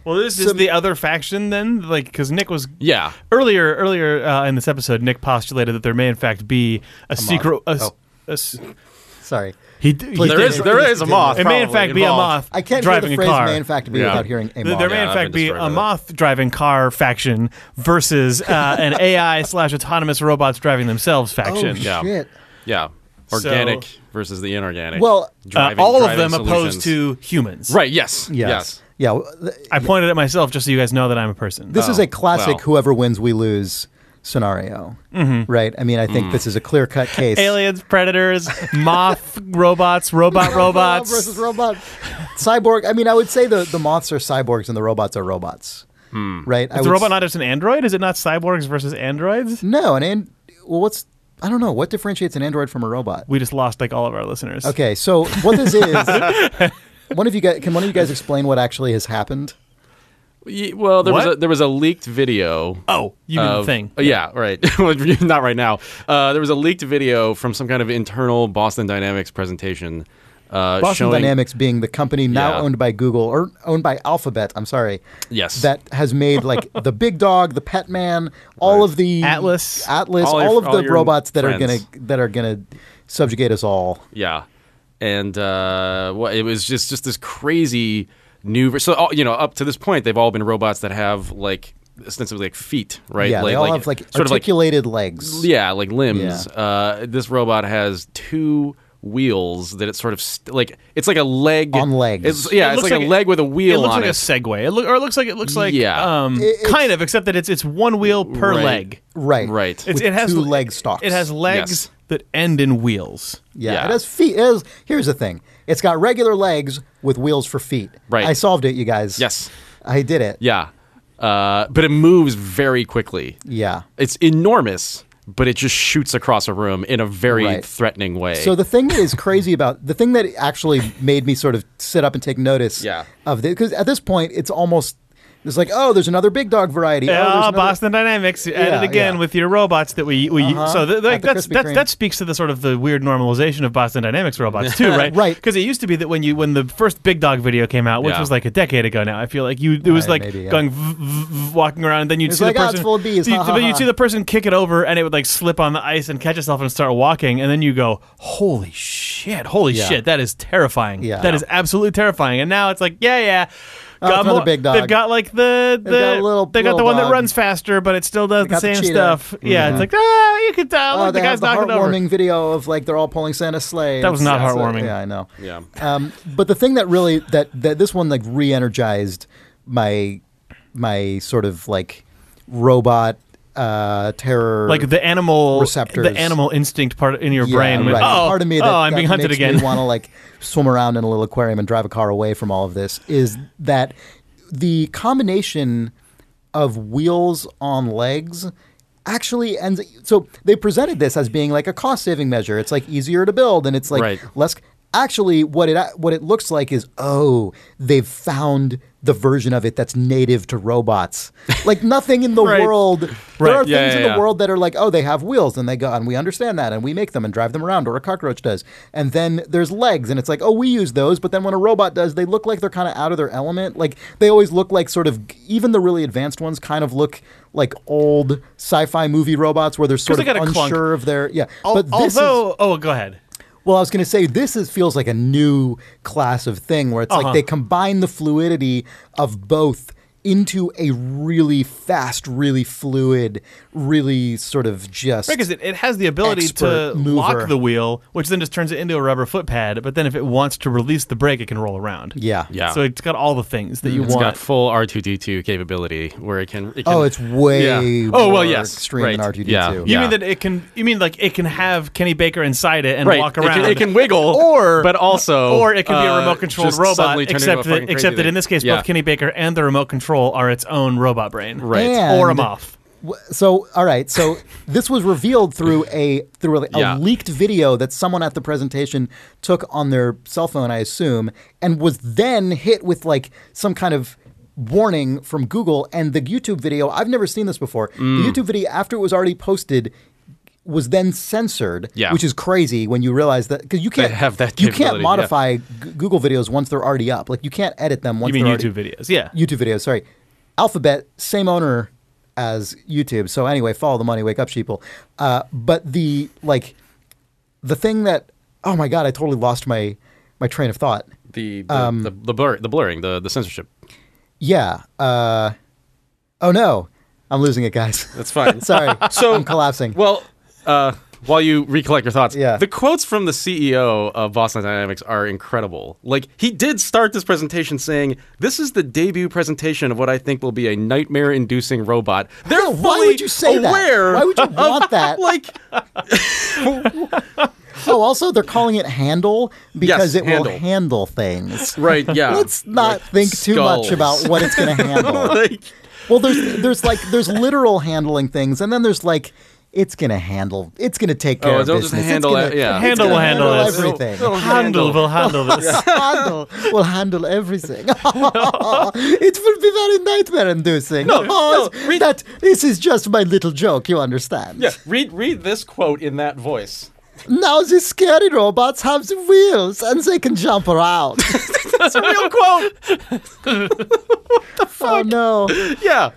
B: Well, this is the other faction then, like because Nick was
C: Yeah.
B: earlier earlier uh, in this episode, Nick postulated that there may in fact be a secret. A, s-
A: Oh.
B: a s-
A: sorry,
B: he, d- he
C: there
B: did-
C: is there is a moth.
B: It may in
C: probably
B: fact be a moth.
C: involved.
A: I can't
B: driving
A: hear the
B: a
A: phrase
B: car.
A: "may in fact be"
C: Yeah.
A: without hearing a
B: Th- there may
C: Yeah,
B: in
C: I've
B: fact
C: been
B: be
C: destroyed by
B: a
C: that.
B: moth driving car faction versus uh, an AI slash autonomous robots driving themselves faction.
C: Oh,
B: Uh,
C: Yeah.
A: Oh, Shit.
C: Yeah. Organic versus the inorganic.
A: Well, uh,
B: Uh,
C: Driving-
B: all of
C: driving
B: them opposed
C: solutions.
B: to humans.
C: Right. Yes.
A: Yes. Yeah. w- th-
B: I pointed at myself just so you guys know that I'm a person.
A: This is a classic
C: well.
A: whoever wins, we lose scenario,
B: Mm-hmm.
A: right? I mean, I
B: Mm.
A: think this is a clear cut case.
B: Uh, Aliens, predators, moth robots, robot
A: Robot
B: robots.
A: versus robot, cyborg. I mean, I would say the, the moths are cyborgs and the robots are robots, right? I
B: Hmm. Is
A: would
B: the robot
A: s-
B: not just an android? Is it not cyborgs versus androids?
A: no, and, and well, what's I don't know what differentiates an android from a robot.
B: We just lost like all of our listeners.
A: Okay, so what this is, one of you guys can one of you guys explain what actually has happened?
C: Ye- Well, there was
B: What?
C: a, there was a leaked video.
B: Oh, you mean the
C: of-
B: thing?
C: Uh, Yeah, right. Well, Not right now. Uh, there was a leaked video from some kind of internal Boston Dynamics presentation. Uh,
A: Boston
C: showing,
A: Dynamics being the company now
C: Yeah.
A: owned by Google or owned by Alphabet. I'm sorry.
C: Yes.
A: That has made like the Big Dog, the Pet Man, all of the
B: Atlas.
A: Atlas, all,
C: All your-
A: of
C: all
A: the
C: your
A: robots that are
C: friends.
A: gonna that are gonna subjugate us all.
C: Yeah, and uh, well, it was just just this crazy new. ver- So all- you know, up to this point, they've all been robots that have like ostensibly like feet, right?
A: Yeah,
C: like,
A: they all have like
C: sort of like
A: articulated legs.
C: yeah, like limbs.
A: Yeah.
C: Uh, this robot has two wheels that it sort of st- like it's like a leg
A: On legs.
C: It's, yeah,
B: It
C: it's
B: looks
C: like, a leg with a
B: It
C: wheel
B: looks
C: on
B: like
C: it.
B: a Segway. It look, or it looks like it looks like
C: Yeah.
B: um,
A: It- it's-
B: kind of, except that it's it's one wheel per
C: Right.
B: leg.
A: Right.
C: Right.
B: It's,
A: With
B: it has
A: two
B: l-
A: leg stalks.
B: It has legs
C: Yes.
B: that end in wheels.
A: Yeah,
C: Yeah.
A: It has feet. It has, here's the thing. It's got regular legs with wheels for feet.
C: Right.
A: I solved it, you guys.
C: Yes.
A: I did it.
C: yeah, uh, but it moves very quickly.
A: Yeah.
C: It's enormous, but it just shoots across a room in a very
A: Right.
C: threatening way.
A: So the thing that is crazy about the thing that actually made me sort of sit up and take notice
C: Yeah.
A: of this because at this point it's almost it's like oh there's another big dog variety oh,
B: Yeah,
A: there's another-
B: Uh, Boston Dynamics at
A: Yeah,
B: it again
A: yeah. Uh-huh.
B: with your robots that we, we so th- like,
A: At the
B: that's,
A: Krispy
B: that's,
A: Kreme.
B: that speaks to the sort of the weird normalization of Boston Dynamics robots too, right?
A: Right.
B: Because it used to be that when you when the first Big Dog video came out, which
C: Yeah.
B: was like a decade ago now, I feel like you it was
A: Yeah,
B: like
A: maybe, yeah.
B: going v- v- v- walking around, and then you'd
A: It's
B: see
A: like,
B: the
A: "Ah, it's
B: person
A: full of bees,
B: you'd-
A: ha, ha,
B: but you'd
A: ha."
B: see the person kick it over, and it would like slip on the ice and catch itself and start walking, and then you go, holy shit, holy
A: Yeah.
B: shit, that is terrifying.
A: Yeah. Oh,
B: That is absolutely terrifying. And now it's like, yeah, yeah.
A: it's another
B: more-
A: big dog.
B: They've got like the the
A: got a little-
B: they got the
A: little
B: one that
A: dog.
B: runs faster, but it still does the
A: got the
B: same
A: cheetah.
B: stuff. Yeah, it's like ah, you could tell
A: Oh,
B: look,
A: they
B: the guy's
A: have the
B: knocking it over.
A: heartwarming video of like they're all pulling Santa's sleigh.
B: That was not
A: It's- it's-
B: heartwarming.
A: yeah, I know.
C: Yeah.
A: Um, but the thing that really that, that this one like re-energized my my sort of like robot uh, terror
B: Like the animal
A: Receptors.
B: the animal instinct part in your
A: Yeah,
B: brain. went,
A: right.
B: Oh,
A: part of me
B: oh,
A: that,
B: I'm being hunted again.
A: want to like swim around in a little aquarium and drive a car away from all of this is that the combination of wheels on legs actually ends so they presented this as being like a cost saving measure it's like easier to build and it's like
C: Right.
A: less actually what it what it looks like is oh they've found the version of it that's native to robots like nothing in the
B: Right.
A: world
B: Right.
A: there are
C: Yeah,
A: things
C: yeah,
A: in the
C: yeah.
A: world that are like, oh, they have wheels and they go, and we understand that, and we make them and drive them around, or a cockroach does. And then there's legs, and it's like, oh, we use those, but then when a robot does, they look like they're kind of out of their element. Like they always look like sort of even the really advanced ones kind of look like old sci-fi movie robots where they're sort
B: they
A: of
B: got a
A: unsure
B: clunk.
A: of their yeah.
B: Al-
A: but this is,
B: although oh go ahead.
A: well, I was going to say this is feels like a new class of thing where it's
B: Uh-huh.
A: like they combine the fluidity of both into a really fast, really fluid, really sort of just
B: Because it, it has the ability to
A: Expert mover.
B: lock the wheel, which then just turns it into a rubber foot pad. But then if it wants to release the brake, it can roll around.
A: yeah
C: Yeah.
B: So it's got all the things that you
C: It's
B: want.
C: got full R two D two capability where it can. It can
A: Oh, it's way
C: Yeah. Oh,
A: more
C: well, yes.
A: extreme than
C: Right.
A: R2D2.
C: Yeah.
B: You mean that it can? You mean like it can have Kenny Baker inside it and
C: right.
B: walk
C: It
B: around?
C: can, it can wiggle,
B: or
C: but also,
B: or it can be a
C: uh,
B: remote controlled
C: just
B: robot.
C: suddenly turn into
B: Except
C: a
B: that,
C: fucking crazy
B: except that in
C: thing.
B: this case,
C: yeah.
B: both Kenny Baker and the remote control are its own robot brain,
C: Right.
B: Or a
A: And-
B: moth.
A: W- So, all right. So this was revealed through a through a, a
C: Yeah.
A: leaked video that someone at the presentation took on their cell phone, I assume, and was then hit with like some kind of warning from Google. And the YouTube video, I've never seen this before.
C: Mm.
A: The YouTube video after it was already posted was then censored,
C: Yeah.
A: which is crazy when you realize that because you can't
C: have that
A: you can't
C: capability, yeah.
A: modify G- Google videos once they're already up. Like you can't edit them once
B: You mean
A: they're already
B: YouTube videos? Yeah.
A: YouTube videos. Sorry, Alphabet, same owner as YouTube. So anyway, follow the money, wake up, sheeple. Uh, but the like, the thing that oh my god, I totally lost my my train of thought.
C: the the,
B: Um,
C: the, the, blur, the blurring, the, the censorship.
A: Yeah. Uh, oh no, I'm losing it, guys.
C: That's fine.
A: Sorry,
C: So-
A: I'm collapsing.
C: Well, uh, while you recollect your thoughts,
A: Yeah.
C: the quotes from the CEO of Boston Dynamics are incredible. Like, he did start this presentation saying, This is the debut presentation of what I think will be a nightmare inducing robot. They're
A: No,
C: fully
A: why would you say
C: aware
A: that? Why would you want that?
C: like,
A: oh, also they're calling it handle because it
C: handle.
A: will handle things.
C: right, yeah.
A: Let's not
C: Like,
A: think too much
C: skulls.
A: about what it's going to handle.
C: like,
A: Well, there's there's like there's literal handling things, and then there's like it's gonna handle, it's gonna take care
C: Oh,
A: of
C: it'll
A: business.
C: just handle
A: it's gonna,
C: it, yeah.
A: it's
B: Handle
A: gonna
B: will handle this.
A: everything.
C: It'll- it'll
B: Handle will handle this.
A: handle will handle everything. it will be very nightmare inducing. No,
C: no, read-
A: that this is just my little joke. You understand?
C: Yeah, read, read this quote in that voice.
A: Now the scary robots have the wheels, and they can jump around.
C: That's a real quote.
A: oh no.
C: Yeah.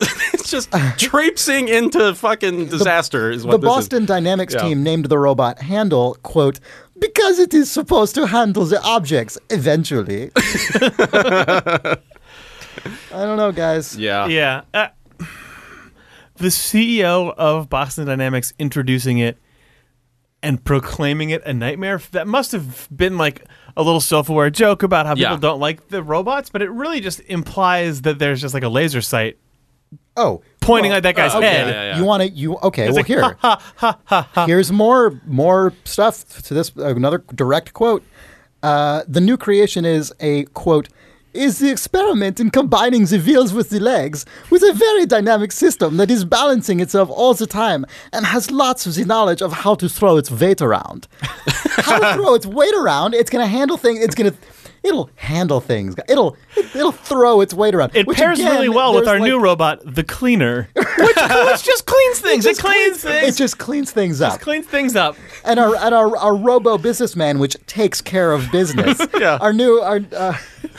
C: it's just traipsing into fucking disaster is what
A: the
C: this is.
A: Boston Dynamics
C: Yeah.
A: team named the robot Handle, quote, because it is supposed to handle the objects eventually. I don't know, guys.
C: Yeah.
B: yeah. Uh, the CEO of Boston Dynamics introducing it and proclaiming it a nightmare. That must have been like a little self-aware joke about how people
C: Yeah.
B: don't like the robots, but it really just implies that there's just like a laser sight
A: Oh,
B: pointing at that guy's
C: uh, okay,
B: head.
C: yeah, yeah.
A: you want to you okay? well,
B: like,
A: here, here's more more stuff to this. Another direct quote. Uh, the new creation is a quote. Is the experiment in combining the wheels with the legs with a very dynamic system that is balancing itself all the time and has lots of the knowledge of how to throw its weight around. how to throw its weight around, it's going to handle things, it's going to, it'll handle things. It'll, it'll throw its weight around.
B: It
A: Which
B: pairs
A: again,
B: really well with
A: there's
B: our
A: like-
B: new robot, the cleaner, which, which just cleans things. It,
A: just
B: cleans,
A: It
B: things.
A: just cleans things up.
B: cleans things up.
A: and our and our, our robo businessman, which takes care of business.
B: Yeah.
A: Our new our. Uh,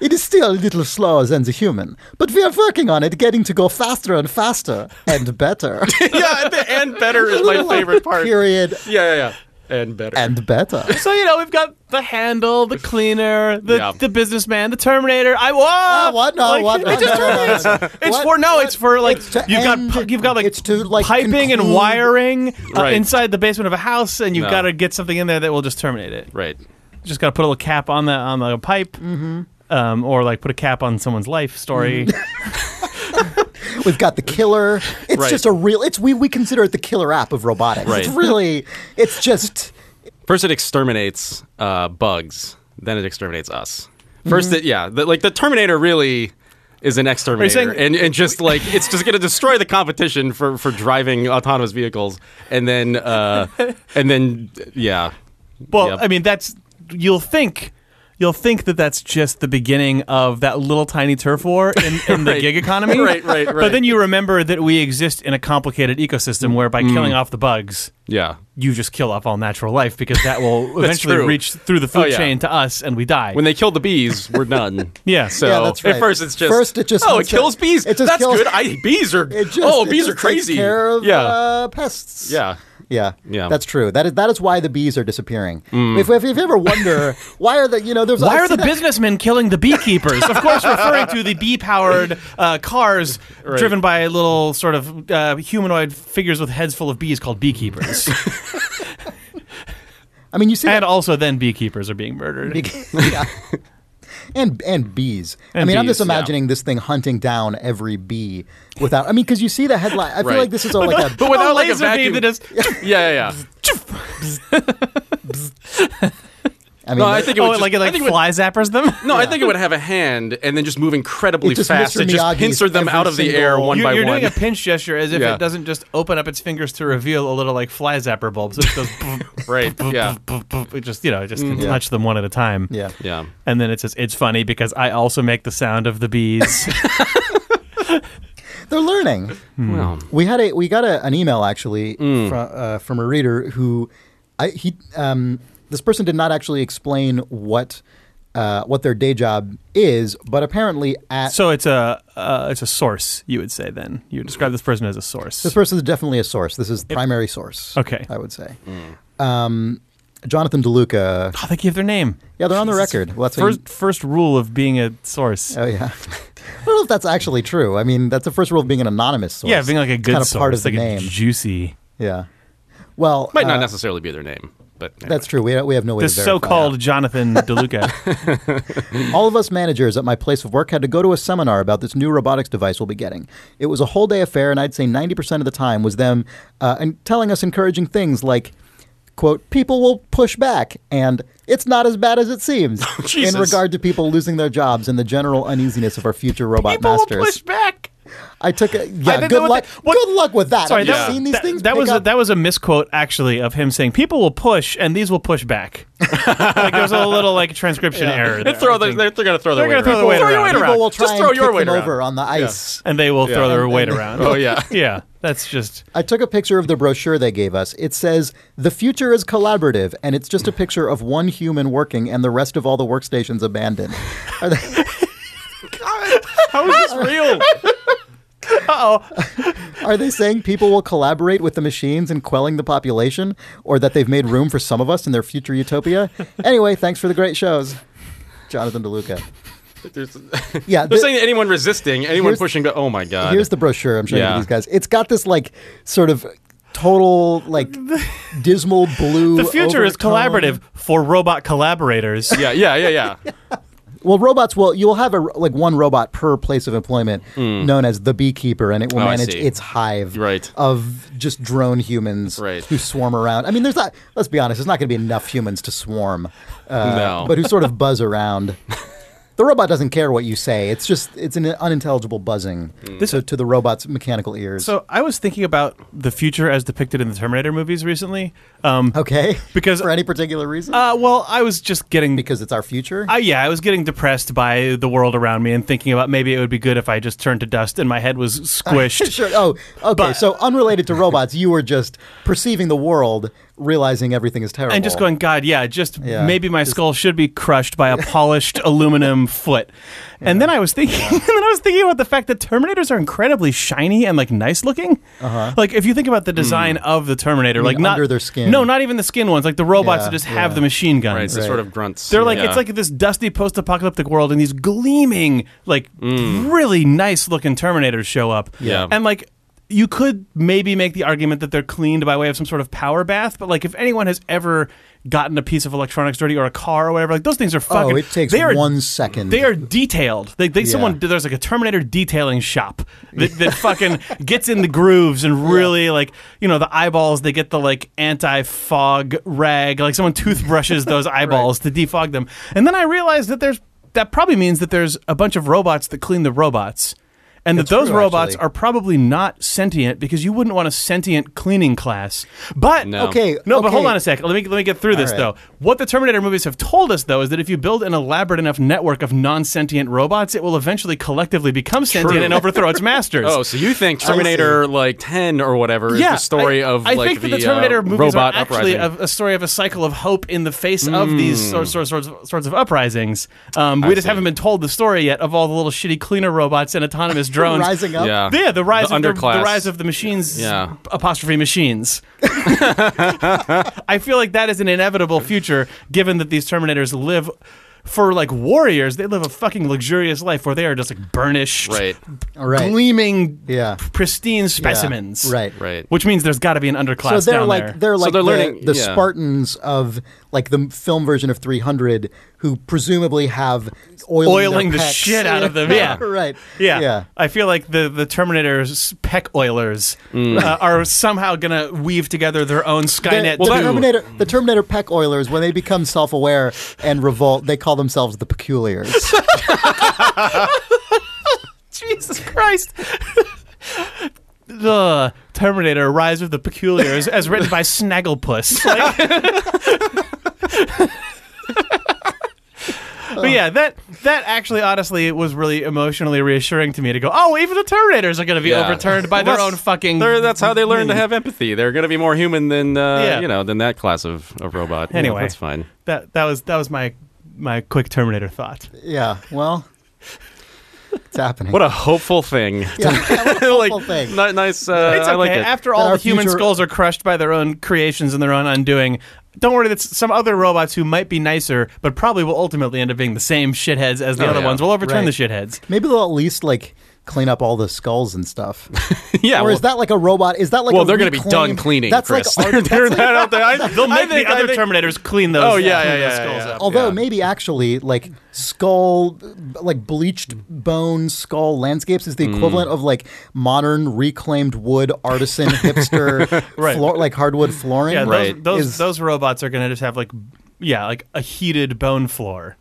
A: It is still a little slower than the human, but we are working on it, getting to go faster and faster and better.
C: yeah, and, and better is my favorite part.
A: Period.
C: Yeah, yeah, yeah. and better.
A: and better.
B: So you know we've got the handle, the cleaner, the,
C: Yeah.
B: the businessman, the Terminator. I won.
A: Ah, what? No, what?
B: It just
A: No, no, no,
B: terminates.
A: no, no.
B: It's
A: What?
B: for no. It's for like
A: It's to
B: you've
A: end-
B: got pu- you've got like
A: it's to, like,
B: piping and
A: conclude-
B: wiring uh,
C: Right.
B: inside the basement of a house, and you've
C: No.
B: got to get something in there that will just terminate it.
C: Right.
B: Just got to put a little cap on the on the pipe,
A: Mm-hmm.
B: um, or like put a cap on someone's life story.
A: We've got the killer. It's
C: Right.
A: just a real. It's we we consider it the killer app of robotics. It's
C: Right.
A: really. It's just.
C: First, it exterminates uh, bugs. Then it exterminates us. 1st
A: Mm-hmm.
C: it yeah, the, like the Terminator really is an exterminator,
B: saying-
C: and and just like it's just going to destroy the competition for for driving autonomous vehicles, and then uh, and then yeah,
B: Well,
C: Yep.
B: I mean, that's you'll think you'll think that that's just the beginning of that little tiny turf war in, in the
C: Right.
B: gig economy.
C: Right, right,
B: But
C: right.
B: then you remember that we exist in a complicated ecosystem where
C: Mm.
B: by killing off the bugs,
C: yeah,
B: you just kill off all natural life because that will
C: That's
B: eventually
C: true.
B: reach through the food
C: Oh, yeah.
B: chain to us and we die.
C: when they kill the bees, we're done.
B: yeah.
C: So
A: Yeah, that's right.
C: at first it's just
A: First it just-
C: oh it
A: it's just-
C: kills bees.
A: it just
C: that's
A: kills-
C: good. I bees are
A: It just.
C: oh
A: it
C: bees
A: just
C: are crazy.
A: Takes care of
C: yeah,
A: uh, pests.
C: yeah.
A: Yeah,
C: Yeah. Mm.
A: that's true. That is that is why the bees are disappearing. If, if, if you ever wonder why are the you know there's
B: why
A: I
B: are
A: see
B: the
A: that-
B: businessmen killing the beekeepers? Of course, referring to the bee-powered uh, cars driven by little sort of uh, humanoid figures with heads full of bees called beekeepers.
A: I mean, you see
B: and
A: that,
B: also then beekeepers are being murdered.
A: yeah. and and bees. I
B: And
A: mean, I'm
B: bees,
A: just imagining this thing hunting down every bee without. I mean, because you see the headline. I feel
C: Right.
A: like this is all like a.
C: But without
B: a
C: like a
B: laser beam
C: vacuum,
B: that is,
C: yeah, yeah, yeah.
A: I mean,
C: No, I think it
B: oh,
C: would just,
B: like it
C: I
B: like
C: think it would-
B: fly zappers them.
C: No, I think it would have a hand and then just move incredibly
A: It just
C: fast.
A: Mr.
C: It just
A: Miyagi's
C: pincer them
A: every
C: out of the
A: single-
C: air one
B: you're,
C: by
B: you're
C: one.
B: doing a pinch gesture as if
C: Yeah.
B: it doesn't just open up its fingers to reveal a little like fly zapper bulb. So it goes, boop,
C: right.
B: boop,
C: Yeah.
B: boop, boop. It just you know, it just can touch them one at a time.
A: Mm, yeah.
C: Yeah.
B: And then it says, "It's funny because I also make the sound of the bees."
A: they're learning.
C: Well,
A: We had a we got a, an email actually
B: Mm.
A: from uh, from a reader who, I he um this person did not actually explain what. Uh, what their day job is, but apparently at
B: so it's a uh, it's a source. You would say then you would describe this person as a source.
A: This person is definitely a source. This is primary source.
B: Okay. Mm.
A: I would say. Um, Jonathan DeLuca.
B: oh, they gave their name.
A: Yeah, they're on the record. Well, that's what
B: First first rule of being a source.
A: you- oh yeah. I don't know if that's actually true. I mean, that's the first rule of being an anonymous source.
B: yeah, being like a
A: It's
B: good
A: kind of
B: source,
A: part of the
B: like a
A: name.
B: juicy.
A: yeah. Well,
C: might not
A: uh,
C: necessarily be their name, but anyway.
A: That's true. We, we have no way
B: The
A: to verify
B: so-called Jonathan DeLuca.
A: All of us managers at my place of work had to go to a seminar about this new robotics device we'll be getting. It was a whole day affair, and I'd say 90% of the time was them uh, and telling us encouraging things like, quote, people will push back, and it's not as bad as it seems
B: Oh,
A: in
C: Jesus.
A: regard to people losing their jobs and the general uneasiness of our future robot
B: People will
A: masters.
B: push back.
A: I took a, yeah,
B: didn't know
A: good
B: what
A: luck.
B: the- what-
A: good luck with that.
B: Sorry,
A: Have
B: that,
A: you seen these
B: that-
A: things?
B: that
A: pick
B: was a,
A: up?
B: that was a misquote actually of him saying people will push and these will push back. like there was a little like transcription error.
C: They
B: there,
C: throw
B: I
C: the,
B: think.
C: they're, they're going to throw
B: They're
C: their
B: gonna
C: weight
B: throw the weight
C: around. throw your
B: around.
C: weight
A: People
C: around.
A: will try
C: just throw
A: and
C: your
A: kick
C: weight
A: them
C: around.
A: over on the ice.
B: and they will
C: Yeah.
B: throw their
C: And-
B: weight around.
C: Oh, yeah.
B: yeah. That's just
A: I took a picture of the brochure they gave us. It says, The future is collaborative, and it's just a picture of one human working and the rest of all the workstations abandoned. Are they,
C: How is this real?
A: are they saying people will collaborate with the machines in quelling the population, or that they've made room for some of us in their future utopia? Anyway, thanks for the great shows. Jonathan DeLuca.
C: There's-
A: Yeah, the-
C: they're saying that anyone resisting, anyone
A: Here's-
C: pushing, go, oh my god.
A: Here's the brochure I'm showing
C: Yeah.
A: you these guys. It's got this, like, sort of total, like, dismal blue.
B: the future is
A: overtone.
B: collaborative for robot collaborators.
C: yeah, yeah, yeah, yeah.
A: Well, robots will you'll have a like one robot per place of employment, known as the beekeeper, and it will
C: Hmm. Oh, I
A: manage
C: see.
A: its hive
C: Right.
A: of just drone humans
C: Right.
A: who swarm around. I mean, there's not. Let's be honest, there's not going to be enough humans to swarm, uh,
C: No.
A: but who sort of buzz around. The robot doesn't care what you say. It's just it's an unintelligible buzzing.
C: Hmm.
A: So to the robot's mechanical ears.
B: So I was thinking about the future as depicted in the Terminator movies recently. Um,
A: okay,
B: Because-
A: for any particular reason,
B: uh, well, I was just getting
A: because it's our future.
B: I, yeah, I was getting depressed by the world around me and thinking about maybe it would be good if I just turned to dust and my head was squished.
A: sure. Oh, okay. so unrelated to robots, you were just perceiving the world realizing everything is terrible
B: and just going, God, yeah, just
A: Yeah.
B: maybe my skull should be crushed by a polished aluminum foot. And then I was thinking, and then I was thinking about the fact that Terminators are incredibly shiny and like nice looking. Uh-huh. Like if you think about the design of the Terminator, like not
A: Hmm. under their skin?
B: No, not even the skin ones. Like the robots
A: Yeah,
B: that just have
A: yeah.
B: the machine guns.
C: Right, it's the
A: Right.
C: sort of grunts.
B: They're like
C: Yeah.
B: it's like this dusty post-apocalyptic world, and these gleaming, like really nice-looking Terminators show up.
C: Mm. Yeah.
B: and like you could maybe make the argument that they're cleaned by way of some sort of power bath, but like if anyone has ever gotten a piece of electronics dirty or a car or whatever, like those things are fucking.
A: oh it takes
B: they are,
A: one second
B: They are detailed. They, they someone there's like a Terminator detailing shop that, that fucking gets in the grooves and really like you know the eyeballs. They get the like anti fog rag. Like someone toothbrushes those eyeballs to defog them. And then I realized that there's that probably means that there's a bunch of robots that clean the robots. And that
A: That's
B: those
A: true,
B: robots
A: actually.
B: are probably not sentient because you wouldn't want a sentient cleaning class. But
C: No.
A: okay
B: no, but
A: okay.
B: hold on a sec. Let me let me get through this
A: right.
B: though. What the Terminator movies have told us though is that if you build an elaborate enough network of non-sentient robots, it will eventually collectively become sentient
C: True.
B: and overthrow its masters.
C: Oh, so you think Terminator like ten or whatever is
B: yeah,
C: the story
B: I,
C: of
B: I
C: like
B: think that the
C: uh,
B: Terminator movies
C: robot
B: are actually
C: uprising? Hmm.
B: a, a story of a cycle of hope in the face of these sorts sorts sorts sorts of uprisings. Um, we just
C: see.
B: haven't been told the story yet of all the little shitty cleaner robots and autonomous drones
A: rising up
C: yeah,
B: Yeah, the rise
C: The
B: of the, the
C: underclass.
B: rise of the machines.
C: Yeah.
B: apostrophe machines. I feel like that is an inevitable future, given that these Terminators live. For like warriors, they live a fucking luxurious life where they are just like burnished,
C: right,
A: Right.
B: gleaming,
A: Yeah.
B: pristine
A: Yeah.
B: specimens.
A: right
C: right.
B: Which means there's got to be an
A: so
B: underclass
A: they're
B: down
A: like
B: there.
A: they're like
C: they're
A: the,
C: learning-
A: the
C: yeah.
A: Spartans of like the film version of 300 who presumably have oiling,
B: Oiling
A: their
B: the
A: pecs.
B: shit out of them, yeah.
A: right.
B: Yeah.
A: yeah.
B: I feel like the the Terminators peck oilers
C: Mm.
B: uh, are somehow gonna weave together their own Skynet.
A: the,
B: too.
A: the Terminator, the Terminator Peck Oilers, when they become self-aware and revolt, they call themselves the Peculiars.
B: Jesus Christ. the Terminator Rise of the Peculiars as written by Snagglepuss. Like- But yeah, that that actually honestly was really emotionally reassuring to me to go, "Oh, even the Terminators are going to be
C: Yeah.
B: overturned by their
C: That's-
B: own fucking
C: They're, that's how they learn to have empathy. They're going to be more human than uh,
B: Yeah.
C: you know than that class of, of robot. You know,
B: Anyway.
C: that's fine.
B: That that was that was my my quick Terminator thought.
A: yeah, well, it's happening.
C: What a hopeful thing.
A: hopeful thing.
C: ni- nice. Uh,
B: It's
C: I like
B: okay.
C: it.
B: After
A: That
B: all,
A: our
B: the human
A: future-
B: skulls are crushed by their own creations and their own undoing. Don't worry, that's some other robots who might be nicer, but probably will ultimately end up being the same shitheads as the
C: Oh,
B: other
C: yeah.
B: ones. We'll
A: Right.
B: overturn the shitheads.
A: Maybe they'll at least like clean up all the skulls and stuff.
C: yeah.
A: or
C: well,
A: is that like a robot? Is that like
C: well,
A: a
C: they're going to be done
A: reclaimed-
C: cleaning.
A: That's
C: Chris.
A: like
C: they're,
A: art-
C: they're not out there. I,
B: They'll make
C: think-
B: the
C: I
B: other
C: think-
B: Terminators clean those.
C: Oh, yeah,
B: clean
C: yeah,
B: those
C: yeah,
B: skulls
C: yeah.
B: up.
A: Although
C: Yeah.
A: maybe actually like skull, like bleached bone skull landscapes is the
C: Mm.
A: equivalent of like modern reclaimed wood artisan hipster
B: Right.
A: floor, like hardwood flooring.
B: Yeah,
C: Right.
B: those those,
A: Is-
B: those robots are going to just have like, yeah, like a heated bone floor.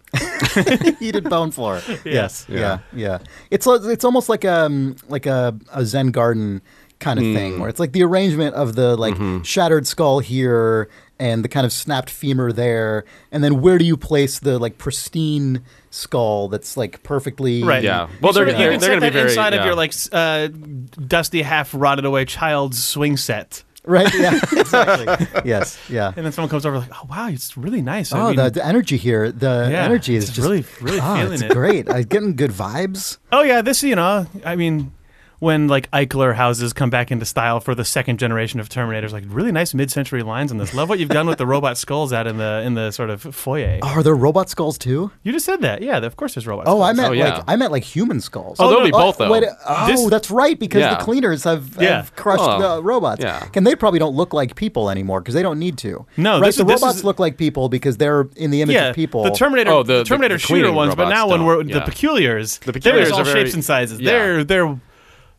A: heated bone floor.
B: Yes.
A: Yeah. yeah, It's lo- it's almost like um like a, a Zen garden kind of thing where it's like the arrangement of the like shattered skull here and the kind of snapped femur there, and then where do you place the like pristine skull that's like perfectly
B: Right.
C: Yeah. Well, they're,
B: Sort of- you
C: they're,
B: can
C: they're
B: set
C: going to be
B: that
C: very
B: inside
C: yeah.
B: of your like s- uh, dusty, half rotted away child's swing set.
A: right? Yeah, exactly. yes, yeah.
B: And then someone comes over like, oh wow, it's really nice. I
A: Oh,
B: mean,
A: the, the energy here, the
B: Yeah,
A: energy is
B: it's
A: just
B: really- really
A: Ah,
B: feeling
A: it's
B: it.
A: great. I'm getting good vibes.
B: oh yeah, this you know, I mean, when like Eichler houses come back into style for the second generation of Terminators, like really nice mid-century lines on this. Love what you've done with the robot skulls out in the in the sort of foyer.
A: Are there robot skulls too?
B: You just said that, yeah. Of course, there's robots.
A: Oh, I meant
C: Oh, yeah.
A: like I meant like human skulls.
C: Oh,
B: Oh,
C: they'll
B: no,
C: be both though.
A: wait, oh,
B: This-
A: that's right, because
C: Yeah.
A: the cleaners have, have
B: Yeah.
A: crushed
C: Oh,
A: the robots.
C: yeah.
A: And they probably don't look like people anymore because they don't need to.
B: No,
A: right?
B: this
A: the
B: is- this
A: robots
B: is-
A: look like people because they're in the image
B: yeah,
A: of people.
B: the Terminator,
C: Oh, the-
B: the Terminator
C: the- the
B: shooter
C: cleaning
B: ones, but
C: robots
B: now when
C: don't,
B: we're
C: yeah.
B: the peculiars, the
C: Peculiars
B: there's all
C: are very-
B: shapes and sizes.
C: yeah.
B: They're they're,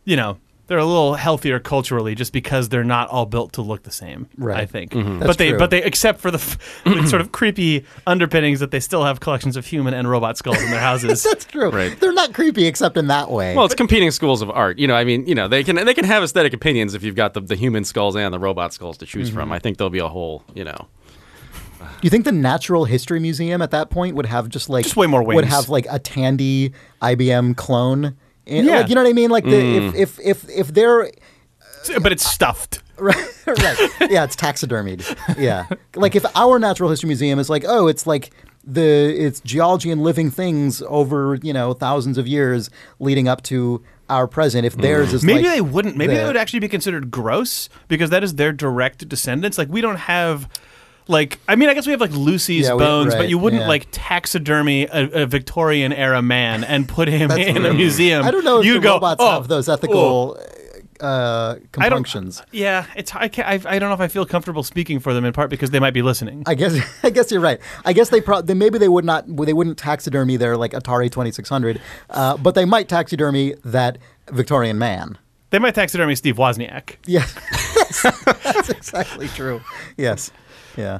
B: you know, they're a little healthier culturally just because they're not all built to look the same.
A: Right.
B: I think,
C: Mm-hmm.
A: That's
B: but they
A: true.
B: but they except for the, f- the sort of creepy underpinnings that they still have collections of human and robot skulls in their houses.
A: that's true.
C: Right.
A: They're not creepy except in that way.
C: Well, it's competing schools of art. You know, I mean, you know, they can they can have aesthetic opinions if you've got the, the human skulls and the robot skulls to choose
A: Mm-hmm.
C: from. I think there'll be a whole, you know.
A: Do you think the Natural History Museum at that point would have just like
B: Just way more
A: Would
B: wings.
A: have like a Tandy IBM clone? Eh, And,
B: Yeah.
A: like, you know what I mean. Like the, if if if if they're
B: but it's stuffed.
A: right, right. Yeah, it's taxidermied. Yeah, like if our natural history museum is like, oh, it's like the it's geology and living things over you know thousands of years leading up to our present. If theirs is
B: Maybe
A: like
B: they wouldn't. Maybe
A: the-
B: they would actually be considered gross because that is their direct descendants. Like we don't have. Like I mean, I guess we have like Lucy's
A: Yeah, we-
B: bones, but
A: right,
B: you wouldn't
A: yeah.
B: like taxidermy a, a Victorian era man and put him in a museum.
A: I don't know if
B: you
A: the
B: go,
A: robots
B: "Oh,
A: have those
B: oh,
A: ethical uh,
B: I don't-
A: compunctions.
B: Yeah, it's I, can't, I I don't know if I feel comfortable speaking for them in part because they might be listening.
A: I guess I guess you're right. I guess they probably maybe they would not they wouldn't taxidermy their like Atari 2600, uh, but they might taxidermy that Victorian man.
B: they might taxidermy Steve Wozniak.
A: Yes, that's exactly true. Yes, yeah.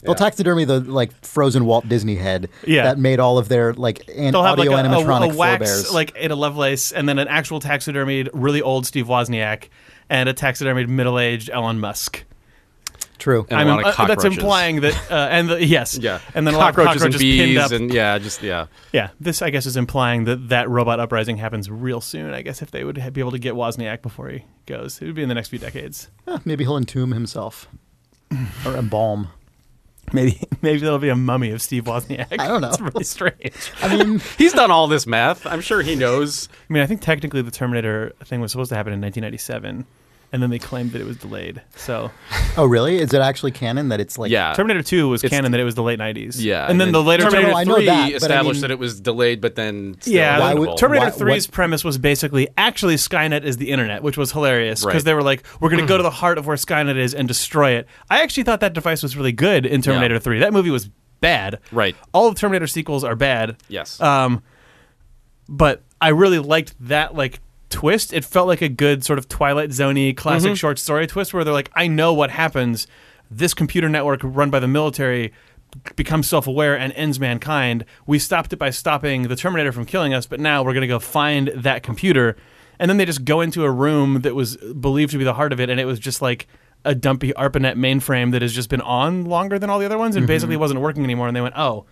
A: They'll taxidermy the like frozen Walt Disney head
B: Yeah.
A: that made all of their like an-
B: They'll have
A: audio
B: like a, a,
A: animatronic
B: a wax
A: forebears.
B: like Ada Lovelace, and then an actual taxidermied, really old Steve Wozniak, and a taxidermied middle-aged Elon Musk.
A: true.
C: And a lot of
B: uh, that's
C: cockroaches.
B: implying that, uh, and the, yes,
C: Yeah,
B: and then a lot of cockroaches
C: and
B: pinned
C: bees
B: up.
C: and yeah, just yeah.
B: yeah, this I guess is implying that that robot uprising happens real soon. I guess if they would ha- be able to get Wozniak before he goes, it would be in the next few decades.
A: Eh, maybe he'll entomb himself or embalm.
B: Maybe maybe there'll be a mummy of Steve Wozniak.
A: I don't know.
B: It's really strange.
A: I mean,
C: He's done all this math. I'm sure he knows.
B: I mean, I think technically the Terminator thing was supposed to happen in 1997, and then they claimed that it was delayed. So
A: oh really? Is it actually canon that it's like
C: Yeah,
B: Terminator 2 was
C: Uh, It's-
B: canon that it was the late 90s.
C: Yeah,
B: and then the later
A: Terminator-
B: Terminator.
A: I know
C: Three
A: that, but I
C: established
A: mean-
C: that it was delayed, but then still
B: yeah,
A: Why
B: the-
A: would-
B: Terminator
A: why-
B: 3's
A: what-
B: premise was basically actually Skynet is the internet, which was hilarious because
C: Right.
B: they were like, we're going to go to the heart of where Skynet is and destroy it. I actually thought that device was really good in Terminator 3. That movie was bad.
C: Right.
B: All of Terminator sequels are bad.
C: Yes.
B: Um, but I really liked that like twist. It felt like a good sort of Twilight Zoney classic short story twist where they're like, I know what happens. This computer network run by the military becomes self-aware and ends mankind. We stopped it by stopping the Terminator from killing us, but now we're gonna go find that computer. And then they just go into a room that was believed to be the heart of it, and it was just like a dumpy ARPANET mainframe that has just been on longer than all the other ones and basically wasn't working anymore. And they went, oh,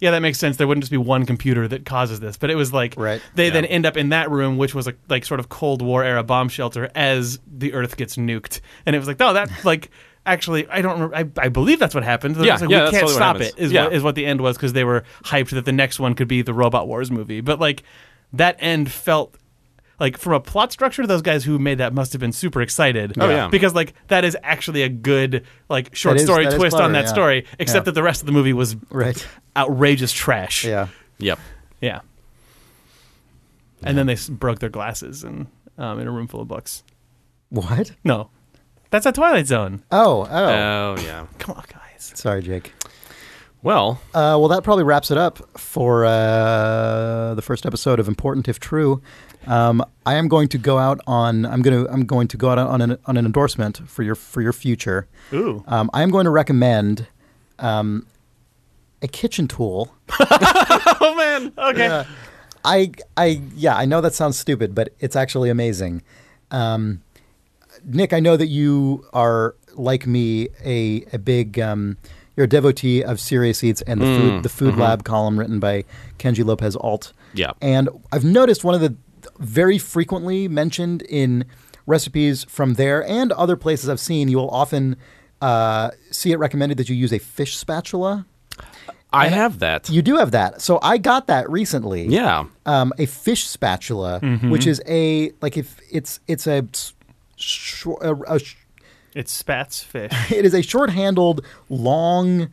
B: yeah, that makes sense. There wouldn't just be one computer that causes this, but it was like
A: Right.
B: they then end up in that room, which was a like sort of Cold War era bomb shelter, as the Earth gets nuked, and it was like, oh, that's like actually, I don't, remember, I, I believe that's what happened. It
C: Yeah,
B: was like,
C: yeah,
B: we
C: that's
B: can't
C: totally what
B: stop
C: happens.
B: it. Is
C: Yeah.
B: what is what the end was because they were hyped that the next one could be the Robot Wars movie, but like that end felt. Like from a plot structure, those guys who made that must have been super excited.
C: Oh, yeah.
B: because like that is actually a good like short
A: That is-
B: story
A: that is
B: twist on
A: clever,
B: that
A: yeah.
B: story.
A: Yeah.
B: Except that the rest of the movie was
A: right?
B: outrageous trash.
A: Yeah.
C: Yep.
B: Yeah. And then they s- broke their glasses and um, in a room full of books.
A: What?
B: No, that's a Twilight Zone.
A: Oh, oh.
B: Uh,
C: Oh yeah.
B: Come on, guys.
A: Sorry, Jake.
C: Well,
A: Uh, well, that probably wraps it up for uh, the first episode of Important If True. Um, I am going to go out on. I'm going to. I'm going to go out on an, on an endorsement for your for your future.
B: Ooh.
A: Um, I am going to recommend um, a kitchen tool.
B: Oh man. Okay.
A: I I yeah. I know that sounds stupid, but it's actually amazing. Um, Nick, I know that you are like me a a big um, you're a devotee of Serious Eats and
C: Mm,
A: the food the food lab column written by Kenji Lopez Alt.
C: mm-hmm. Yeah.
A: and I've noticed one of the very frequently mentioned in recipes from there and other places I've seen. You will often uh, see it recommended that you use a fish spatula.
C: I have that.
A: You do have that, so I got that recently
C: yeah.
A: um, a fish spatula,
B: Mm-hmm.
A: which is a like if it's it's a, s- shor- a, a sh-
B: It's spats fish.
A: it is a short handled long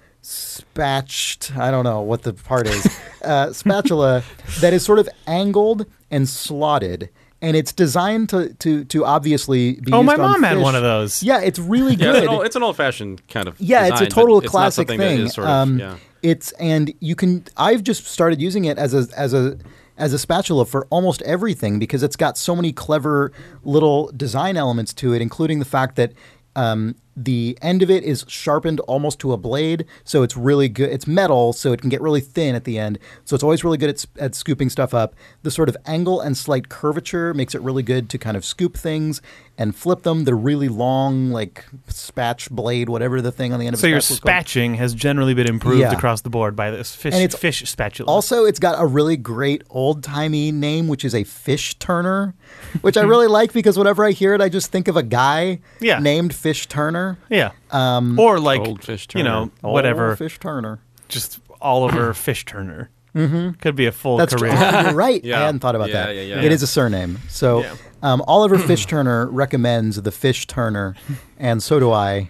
A: spatched I don't know what the part is uh, spatula that is sort of angled and slotted. And it's designed to, to, to obviously be
B: Oh,
A: used
B: my
A: on
B: mom had
A: fish.
B: one of those.
A: Yeah, it's really
C: Yeah,
A: good.
C: it's an, old, it's an old-fashioned kind of.
A: Yeah,
C: design,
A: it's a total
C: but it's not
A: classic
C: something
A: thing.
C: That is sort of,
A: um,
C: yeah.
A: It's and you can. I've just started using it as a as a as a spatula for almost everything because it's got so many clever little design elements to it, including the fact that um, the end of it is sharpened almost to a blade, so it's really good. It's metal, so it can get really thin at the end. So it's always really good at, s- at scooping stuff up. The sort of angle and slight curvature makes it really good to kind of scoop things and flip them. The really long, like spatch blade, whatever the thing on the end of
B: So
A: a
B: your
A: spatula's called.
B: spatching has generally been improved
A: Yeah.
B: across the board by this fish
A: And it's
B: fish spatula.
A: Also, it's got a really great old timey name, which is a fish turner, which I really like because whenever I hear it, I just think of a guy
B: Yeah.
A: named Fish Turner.
B: yeah. Um, or like
C: Old Fish
B: you know
A: Oh,
B: whatever,
A: Fish Turner.
B: just Oliver Fish Turner. Mm-hmm. Could be a full
A: That's true.
B: career.
A: Oh, you're right.
C: Yeah.
A: I hadn't thought about
C: Yeah,
A: that.
C: yeah, yeah.
A: It is a surname. So
B: Yeah.
A: um, Oliver Fish Turner recommends the Fish Turner, and so do I.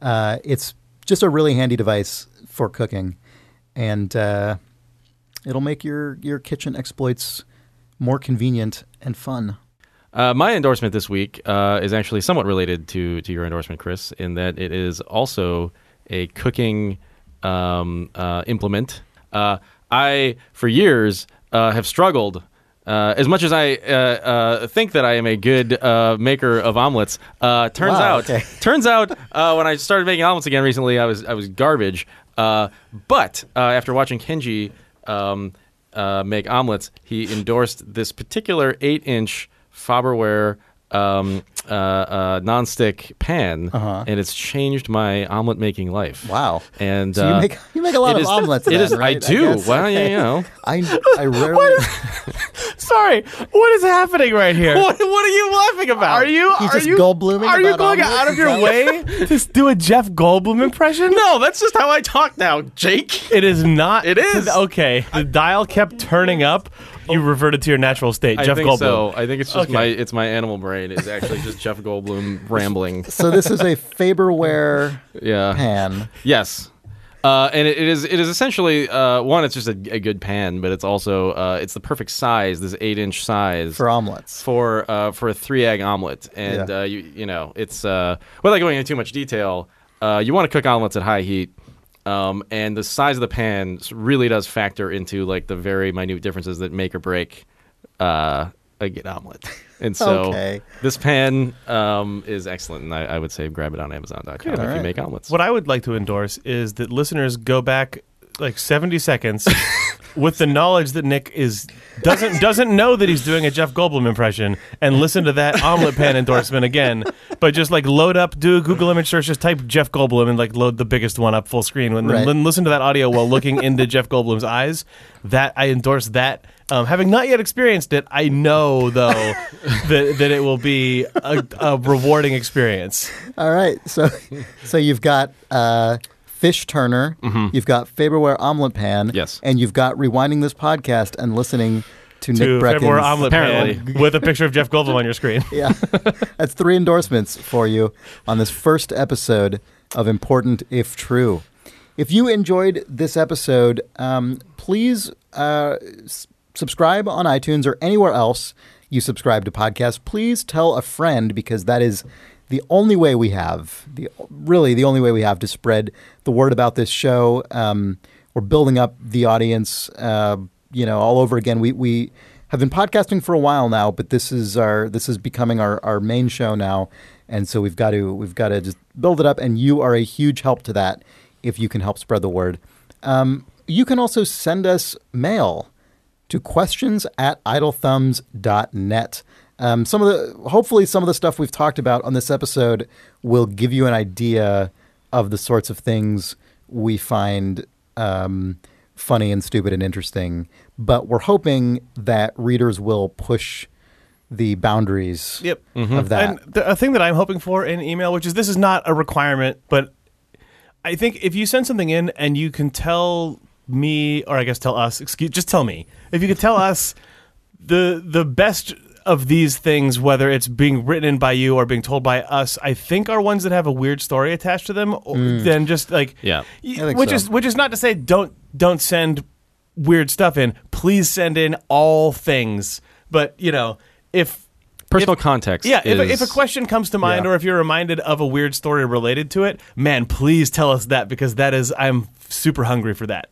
A: Uh, it's just a really handy device for cooking, and uh, it'll make your your kitchen exploits more convenient and fun.
C: Uh, my endorsement this week uh, is actually somewhat related to to your endorsement, Chris, in that it is also a cooking um, uh, implement. Uh, I, for years, uh, have struggled. Uh, as much as I uh, uh, think that I am a good uh, maker of omelets, uh, turns
A: Wow,
C: out
A: okay.
C: turns out uh, when I started making omelets again recently, I was I was garbage. Uh, but uh, after watching Kenji um, uh, make omelets, he endorsed this particular eight-inch Faberware um, uh, uh, nonstick pan,
E: Uh-huh.
C: and it's changed my omelet making life.
A: Wow.
C: And
A: So you
C: uh,
A: make- you make a lot
C: it
A: of
C: is-
A: omelets
C: It
A: then,
C: is.
A: right? I
C: I do.
A: guess.
C: well, yeah, you know.
A: I I rarely.
B: Sorry, what is happening right here?
E: What, what are you laughing about?
B: Are you
A: He's
B: are
A: just
B: you
A: Goldbluming
B: Are you
A: about
B: going
A: omelets?
B: out of
A: Is
B: your
A: that-
B: way to s- do a Jeff Goldblum impression?
C: Oh,
E: No, that's just how I talk now, Jake.
B: It is not.
E: It is.
B: okay. The dial kept turning up. You reverted to your natural state,
C: I
B: Jeff
C: think
B: Goldblum.
C: so. I think it's just
B: Okay.
C: my it's my animal brain is actually just Jeff Goldblum rambling.
A: So this is a Faberware
C: Yeah.
A: pan.
C: Yes. Uh, and it, it is it is essentially uh, one. It's just a, a good pan, but it's also uh, it's the perfect size. This eight inch size
A: For omelets.
C: for uh, for a three egg omelet. And
A: Yeah.
C: uh, you you know it's uh, without going into too much detail, uh, you want to cook omelets at high heat. Um, and the size of the pan s- really does factor into like the very minute differences that make or break uh, a good omelet. And so
A: Okay.
C: this pan um, is excellent, and I, I would say grab it on Amazon.com if
A: All right.
C: you make omelets.
B: What I would like to endorse is that listeners go back like 70 seconds with the knowledge that Nick is doesn't doesn't know that he's doing a Jeff Goldblum impression and listen to that omelet pan endorsement again. But just like load up, do a Google image search, just type Jeff Goldblum and like load the biggest one up full screen and
A: Right.
B: then then listen to that audio while looking into Jeff Goldblum's eyes. That I endorse that. Um, having not yet experienced it, I know though that, that it will be a, a rewarding experience.
A: All right. So so you've got uh, fish turner. You've got Faberware omelet pan.
C: Mm-hmm. Yes.
A: And you've got rewinding this podcast and listening to, Nick
B: to
A: Breckin's.
B: February omelet
C: Apparently.
B: pan with a picture of Jeff Goldblum on your screen.
A: Yeah. That's three endorsements for you on this first episode of Important If True. If you enjoyed this episode, um, please uh, s- subscribe on iTunes or anywhere else you subscribe to podcasts. Please tell a friend because that is the only way we have, the really the only way we have to spread the word about this show. Um, we're building up the audience, uh, you know, all over again. We we have been podcasting for a while now, but this is our this is becoming our, our main show now, and so we've got to we've got to just build it up. And you are a huge help to that if you can help spread the word. Um, you can also send us mail to questions at idlethumbs.net. Um, some of the hopefully some of the stuff we've talked about on this episode will give you an idea of the sorts of things we find um, funny and stupid and interesting. But we're hoping that readers will push the boundaries
B: Yep. Mm-hmm.
A: of that.
B: And the, a thing that I'm hoping for in email, which is this is not a requirement, but I think if you send something in and you can tell me, or I guess tell us, excuse, just tell me if you could tell us the the best of these things, whether it's being written in by you or being told by us, I think are ones that have a weird story attached to them. Or, Then just like
C: Yeah.
B: y-
A: Hmm. I think
B: which
A: so.
B: is which is not to say don't don't send weird stuff in. Please send in all things, but you know if
C: Personal
B: if-
C: context.
B: yeah, if, a, if
C: is-
B: a question comes to mind, or if you're reminded of a weird story related to it, man, please tell us that because that is I'm super hungry for that.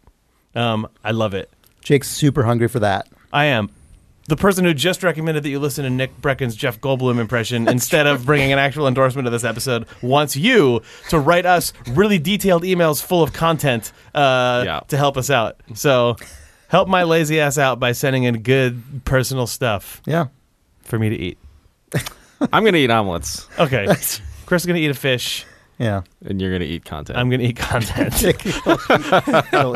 B: Um, I love it.
A: Jake's super hungry for that.
B: I am. the person who just recommended that you listen to Nick Brecken's Jeff Goldblum impression instead of bringing an actual endorsement to this episode wants you to write us really detailed emails full of content uh,
C: Yeah.
B: to help us out. So help my lazy ass out by sending in good personal stuff
A: Yeah.
B: for me to eat.
C: I'm gonna eat omelets,
B: Okay. Chris is going to eat a fish.
A: Yeah.
C: and you're gonna eat content.
B: I'm going to eat content.
A: It'll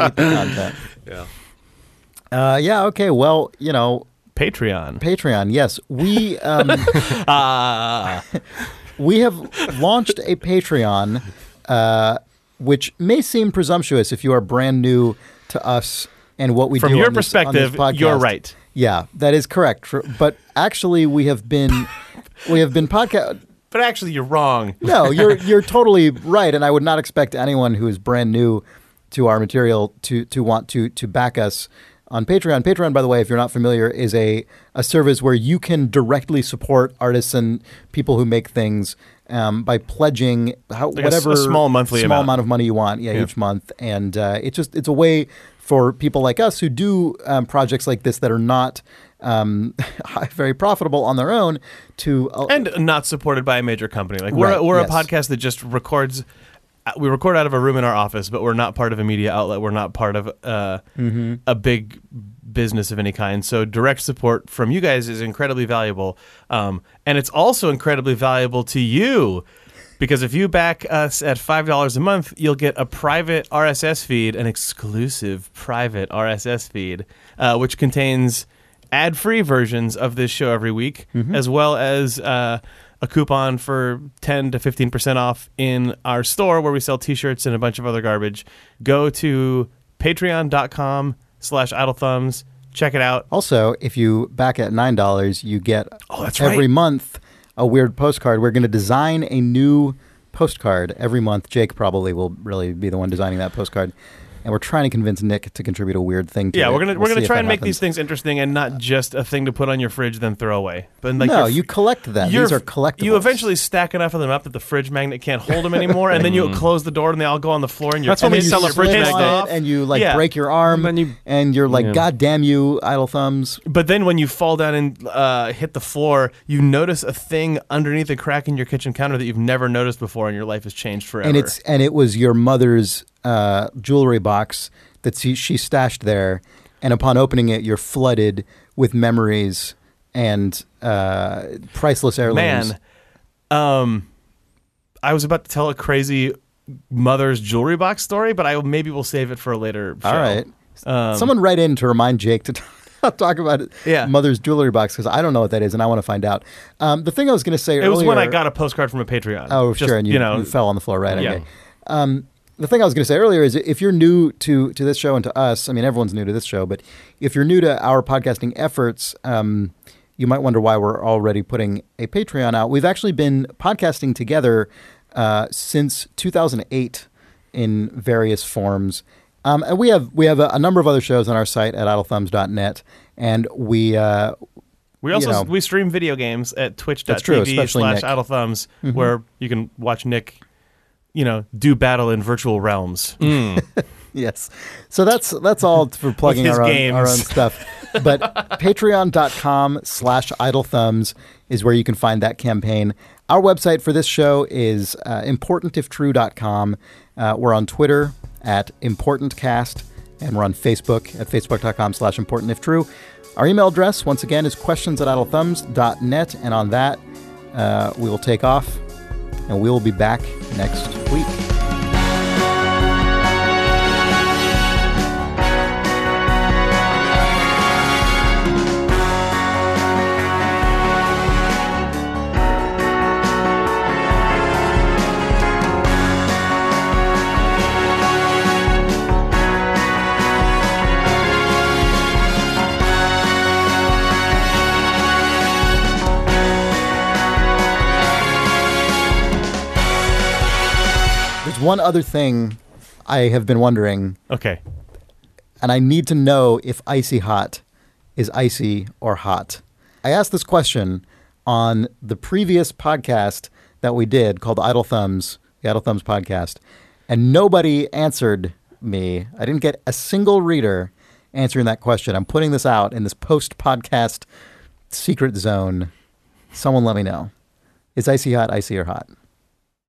A: eat the content.
C: yeah.
A: Uh, yeah. Okay. Well, you know,
B: Patreon.
A: Patreon. Yes, we um, we have launched a Patreon, uh, which may seem presumptuous if you are brand new to us and what we
B: From
A: do.
B: your
A: on this- on this
B: perspective, you're
A: podcast.
B: right.
A: Yeah, that is correct. For- But actually, we have been we have been podcast.
B: But actually, you're wrong.
A: No, you're you're totally right, and I would not expect anyone who is brand new to our material to to want to to back us on Patreon. Patreon, by the way, if you're not familiar, is a a service where you can directly support artists and people who make things um, by pledging how,
B: a s-
A: whatever
B: a small monthly
A: small
B: amount.
A: amount of money you want, yeah, each month, and uh, it's just it's a way for people like us who do um, projects like this that are not um, very profitable on their own to uh,
B: and not supported by a major company. Like we're
A: Right,
B: we're
A: yes.
B: a podcast that just records. uh, We record out of a room in our office, but we're not part of a media outlet. We're not part of uh, a big business of any kind. So direct support from you guys is incredibly valuable, um, and it's also incredibly valuable to you. Because if you back us at five dollars a month, you'll get a private RSS feed, an exclusive private RSS feed, uh, which contains ad-free versions of this show every week,
A: Mm-hmm.
B: as well as uh, a coupon for ten to fifteen percent off in our store where we sell T-shirts and a bunch of other garbage. Go to Patreon.com/slash Idle Thumbs. Check it out.
A: Also, if you back at nine dollars, you get
B: Oh, that's
A: every
B: right.
A: month a weird postcard. We're going to design a new postcard every month. Jake probably will really be the one designing that postcard, and we're trying to convince Nick to contribute a weird thing. to
B: Yeah,
A: it.
B: we're gonna
A: We'll
B: we're gonna
A: see if
B: try
A: that
B: and make
A: happens.
B: these things interesting and not just a thing to put on your fridge then throw away. But like
A: No,
B: your-
A: you collect them.
B: You're-
A: These are collectibles.
B: You eventually stack enough of them up that the fridge magnet can't hold them anymore, and then you
A: Mm.
B: close the door and they all go on the floor. And you're
C: That's
A: and
C: when we
A: then you
C: sell a
B: your
C: fridge
A: slam
C: magnet.
A: on it
B: off.
A: and you like
B: Yeah.
A: break your arm, and,
C: And
A: you,
C: you-
A: are like,
C: Yeah.
A: "God damn you, idle thumbs!"
B: But then when you fall down and uh, hit the floor, you notice a thing underneath a crack in your kitchen counter that you've never noticed before, and your life has changed forever.
A: And it's and it was your mother's uh, jewelry box that she, she stashed there, and upon opening it, you're flooded with memories and uh, priceless heirlooms.
B: man. Um, I was about to tell a crazy mother's jewelry box story, but I maybe we'll save it for a later. Show. Um,
A: all right. Someone write in to remind Jake to talk about it.
B: Yeah.
A: mother's jewelry box because I don't know what that is and I want to find out. Um, the thing I was going to say
B: It was when I
A: earlier-
B: got a postcard from a Patreon.
A: Oh,
B: Just,
A: sure, and you,
B: you know,
A: you fell on the floor, right?
B: Yeah.
A: Okay. Um, the thing I was going to say earlier is if you're new to to this show and to us, I mean, everyone's new to this show, but if you're new to our podcasting efforts, um, you might wonder why we're already putting a Patreon out. We've actually been podcasting together uh, since 2008 in various forms. Um, and we have we have a, a number of other shows on our site at idlethumbs.net, and we uh,
B: We also
A: know.
B: we stream video games at
A: That's true,
B: twitch.tv
A: especially
B: slash
A: Nick. Mm-hmm.
B: idle thumbs where you can watch Nick, you know, do battle in virtual realms.
A: Mm. Yes. So that's that's all for plugging
B: his
A: our own,
B: games.
A: our own stuff. But patreon.com slash idle thumbs is where you can find that campaign. Our website for this show is uh, importantiftrue.com. Uh, we're on Twitter at importantcast, and we're on Facebook at facebook.com slash importantiftrue. Our email address, once again, is questions at idlethumbs.net. And on that, uh, we will take off, and we will be back next week. There's one other thing I have been wondering,
B: Okay.
A: and I need to know if icy hot is icy or hot. I asked this question on the previous podcast that we did called Idle Thumbs, the Idle Thumbs podcast, and nobody answered me. I didn't get a single reader answering that question. I'm putting this out in this post podcast secret zone. Someone let me know. Is icy hot, icy or hot?